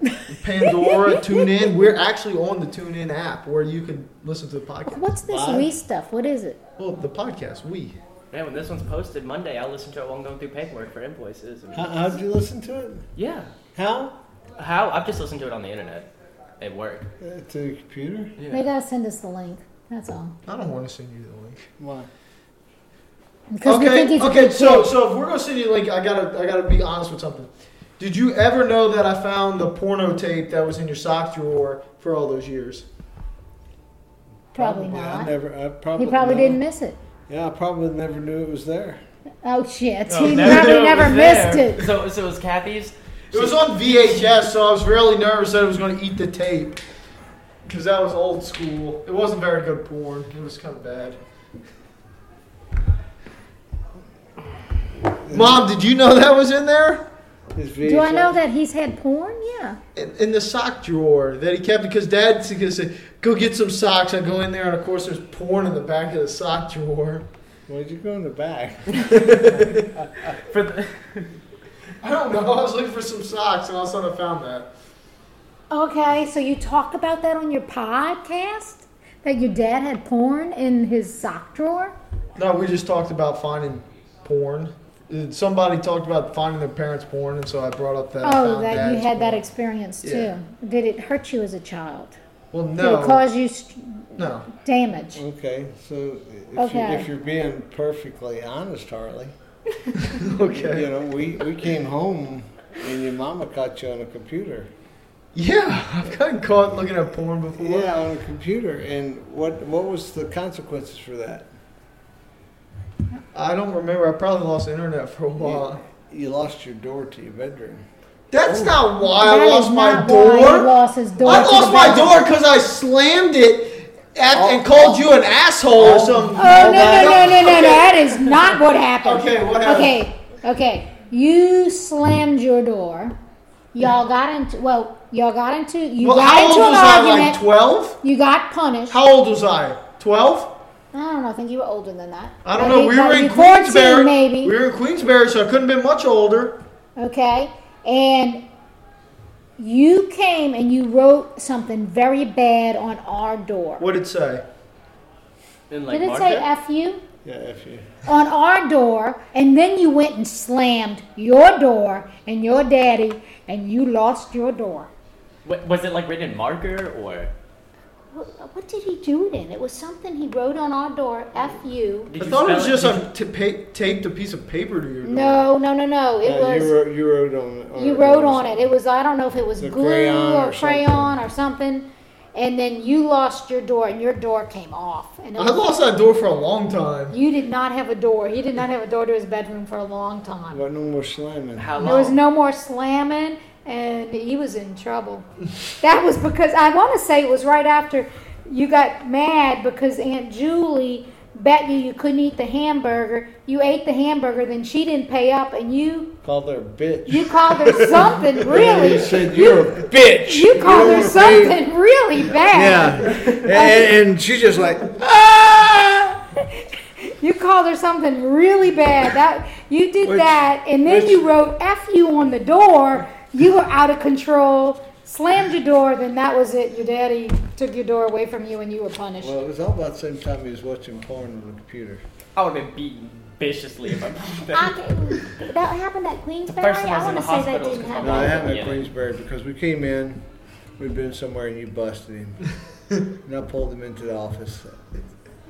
Pandora Tune In. We're actually on the Tune In app where you can listen to the podcast.
what's this
Why?
wee stuff? What is it?
Well, the podcast, we.
Man, when this one's posted Monday, I'll listen to it while I'm going through paperwork for invoices. And,
How,
Uh-uh.
how'd you listen to it?
yeah.
How?
How? I've just listened to it on the internet at work.
Uh, to the computer?
They gotta send us the link. That's all.
I don't want to send you the link.
Why?
Because we think
Okay,
he's a
okay.
good
So,
kid.
so if we're gonna send you a link, I gotta, I gotta be honest with something. Did you ever know that I found the porno tape that was in your sock drawer for all those years?
probably
I
not.
never. I probably.
He probably
no.
didn't miss it.
Yeah, I probably never knew it was there.
Oh shit!
No,
he
never knew
probably
it
never
was
missed
there.
it.
So, so it was Kathy's.
It was on VHS, so I was really nervous that it was going to eat the tape. because that was old school. It wasn't very good porn. It was kind of bad. Mom, did you know that was in there?
Do I know that he's had porn? Yeah.
in, in the sock drawer that he kept because dad said, "Go get some socks." I go in there, and of course, there's porn in the back of the sock drawer.
Why'd you go in the back?
For the- I don't know. I was looking for some socks, and all of a sudden, I found that.
Okay, so you talk about that on your podcast? That your dad had porn in his sock drawer?
No, we just talked about finding porn. Uh, Somebody talked about finding their parents' porn, and so I brought up that. I
oh,
found
that you
dad's
had that
porn.
experience too.
Yeah.
Did it hurt you as a child?
Well,
Did it
no,
cause you st-
no.
damage?
Okay, so if,
Okay.
You, if you're being perfectly honest, Harley,
Okay.
you know, we, we came home and your mama caught you on a computer.
Yeah, I've gotten caught looking at porn before.
Yeah, on a computer. And what what was the consequences for that?
I don't remember. I probably lost internet for a while.
You lost your door to your bedroom.
That's not why I
Oh. That is
lost my
not why
door.
he lost his door
I
to
lost
the
my
bathroom.
door because I slammed it at,
Oh.
and called you an asshole or something.
Oh, no, no, no, no, no, no. That is not what happened.
Okay, what happened?
Okay, okay. You slammed your door. Y'all got into, well, y'all got into, you
Well,
got
how old
into an
was I?
argument.
Like twelve?
you got punished.
How old was I? Twelve?
I don't know. I think you were older than that.
I don't know. We were
Maybe
in
14
Queensberry.
Maybe.
We were in Queensberry, so I couldn't have been much older.
Okay? And you came and you wrote something very bad on our door.
What did it say?
And
Did it say F you?
Yeah, if you.
On our door, and then you went and slammed your door and your daddy, and you lost your door.
was it like written in marker or?
What what did he do then? It was something he wrote on our door, F you.
Did
I
you
thought it was
spell
just
did
I t- pa- taped a piece of paper to your door.
No, no, no, no. It
Yeah, you
was,
wrote, you wrote on, on
you
it.
wrote on it. It was, I don't know if it was
The
glue
crayon
or
or
crayon or something. And then you lost your door, and your door came off. And it
I
was-
lost that door for a long time.
You did not have a door. He did not have a door to his bedroom for a long time.
What no more slamming.
How long?
There was no more slamming, and he was in trouble. that was because I want to say it was right after you got mad because Aunt Julie bet you you couldn't eat the hamburger. You ate the hamburger, then she didn't pay up, and you
Called her a bitch.
you called her something
You
really.
said you're a bitch.
You called her
don't pay-
something really
Yeah,
bad.
and, and and she just like "Ah."
You called her something really bad. That you did
Which-
that, and then
which-
you wrote "f you" on the door. You were out of control. Slammed your door. Then that was it. Your daddy took your door away from you, and you were punished.
Well, it was all about the same time he was watching porn on the computer.
I would have been beaten viciously if I.
I, that happened at Queensbury.
first time I was in the hospital was 'cause my
No, I happened
Yeah.
at Queensbury because we came in, we'd been somewhere and you busted him. and I pulled him into the office.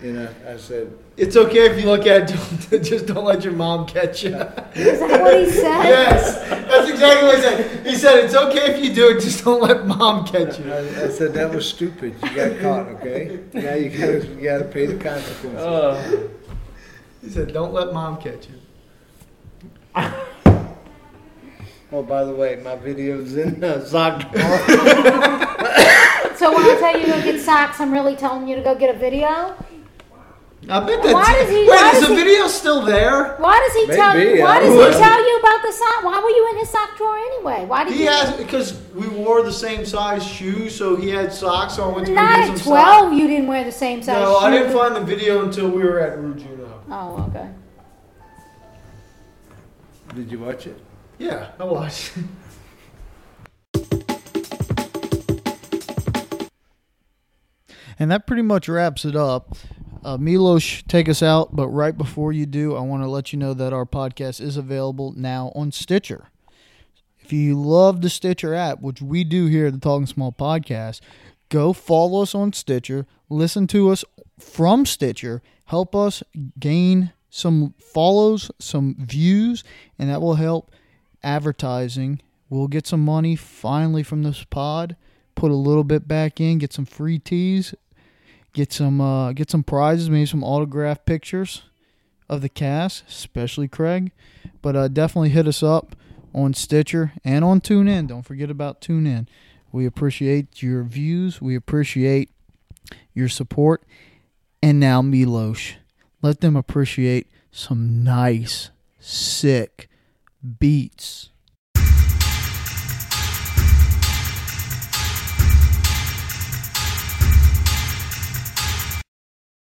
And I, I said,
It's okay if you look at it. Don't, just don't let your mom catch you.
Is that what he said?
Yes, that's exactly what he said. He said it's okay if you do it, just don't let mom catch you.
I, I said, that was stupid. You got caught, okay? Now you gotta, you gotta pay the consequences.
Oh.
He said don't let mom catch you.
oh, by the way, my video's in the sock
So when I tell you to go get socks, I'm really telling you to go get a video.
I bet that's.
Why does he-
wait,
why
is
does
the
he-
video still there?
Why does he tell
Maybe,
you? Why
I
does
would.
he tell you about the sock? Why were you in his sock drawer anyway? Why did
He
you?
has because we wore the same size shoes, so he had socks on. Went to go
not
get
at
some
twelve. You didn't wear the same
Socks.
size.
No, I didn't
shoe.
find the video until we were at Rujuno.
Oh, okay.
Did you watch it?
Yeah, I watched.
And that pretty much wraps it up. Uh, Milos, take us out. But right before you do, I want to let you know that our podcast is available now on Stitcher. If you love the Stitcher app, which we do here at the Talking Small Podcast, go follow us on Stitcher, listen to us from Stitcher, help us gain some follows, some views, and that will help advertising. We'll get some money finally from this pod, put a little bit back in, get some free teas, get some uh, get some prizes, maybe some autograph pictures of the cast, especially Craig. But uh, definitely hit us up on Stitcher and on TuneIn. Don't forget about TuneIn. We appreciate your views. We appreciate your support. And now, Milosh, let them appreciate some nice, sick beats.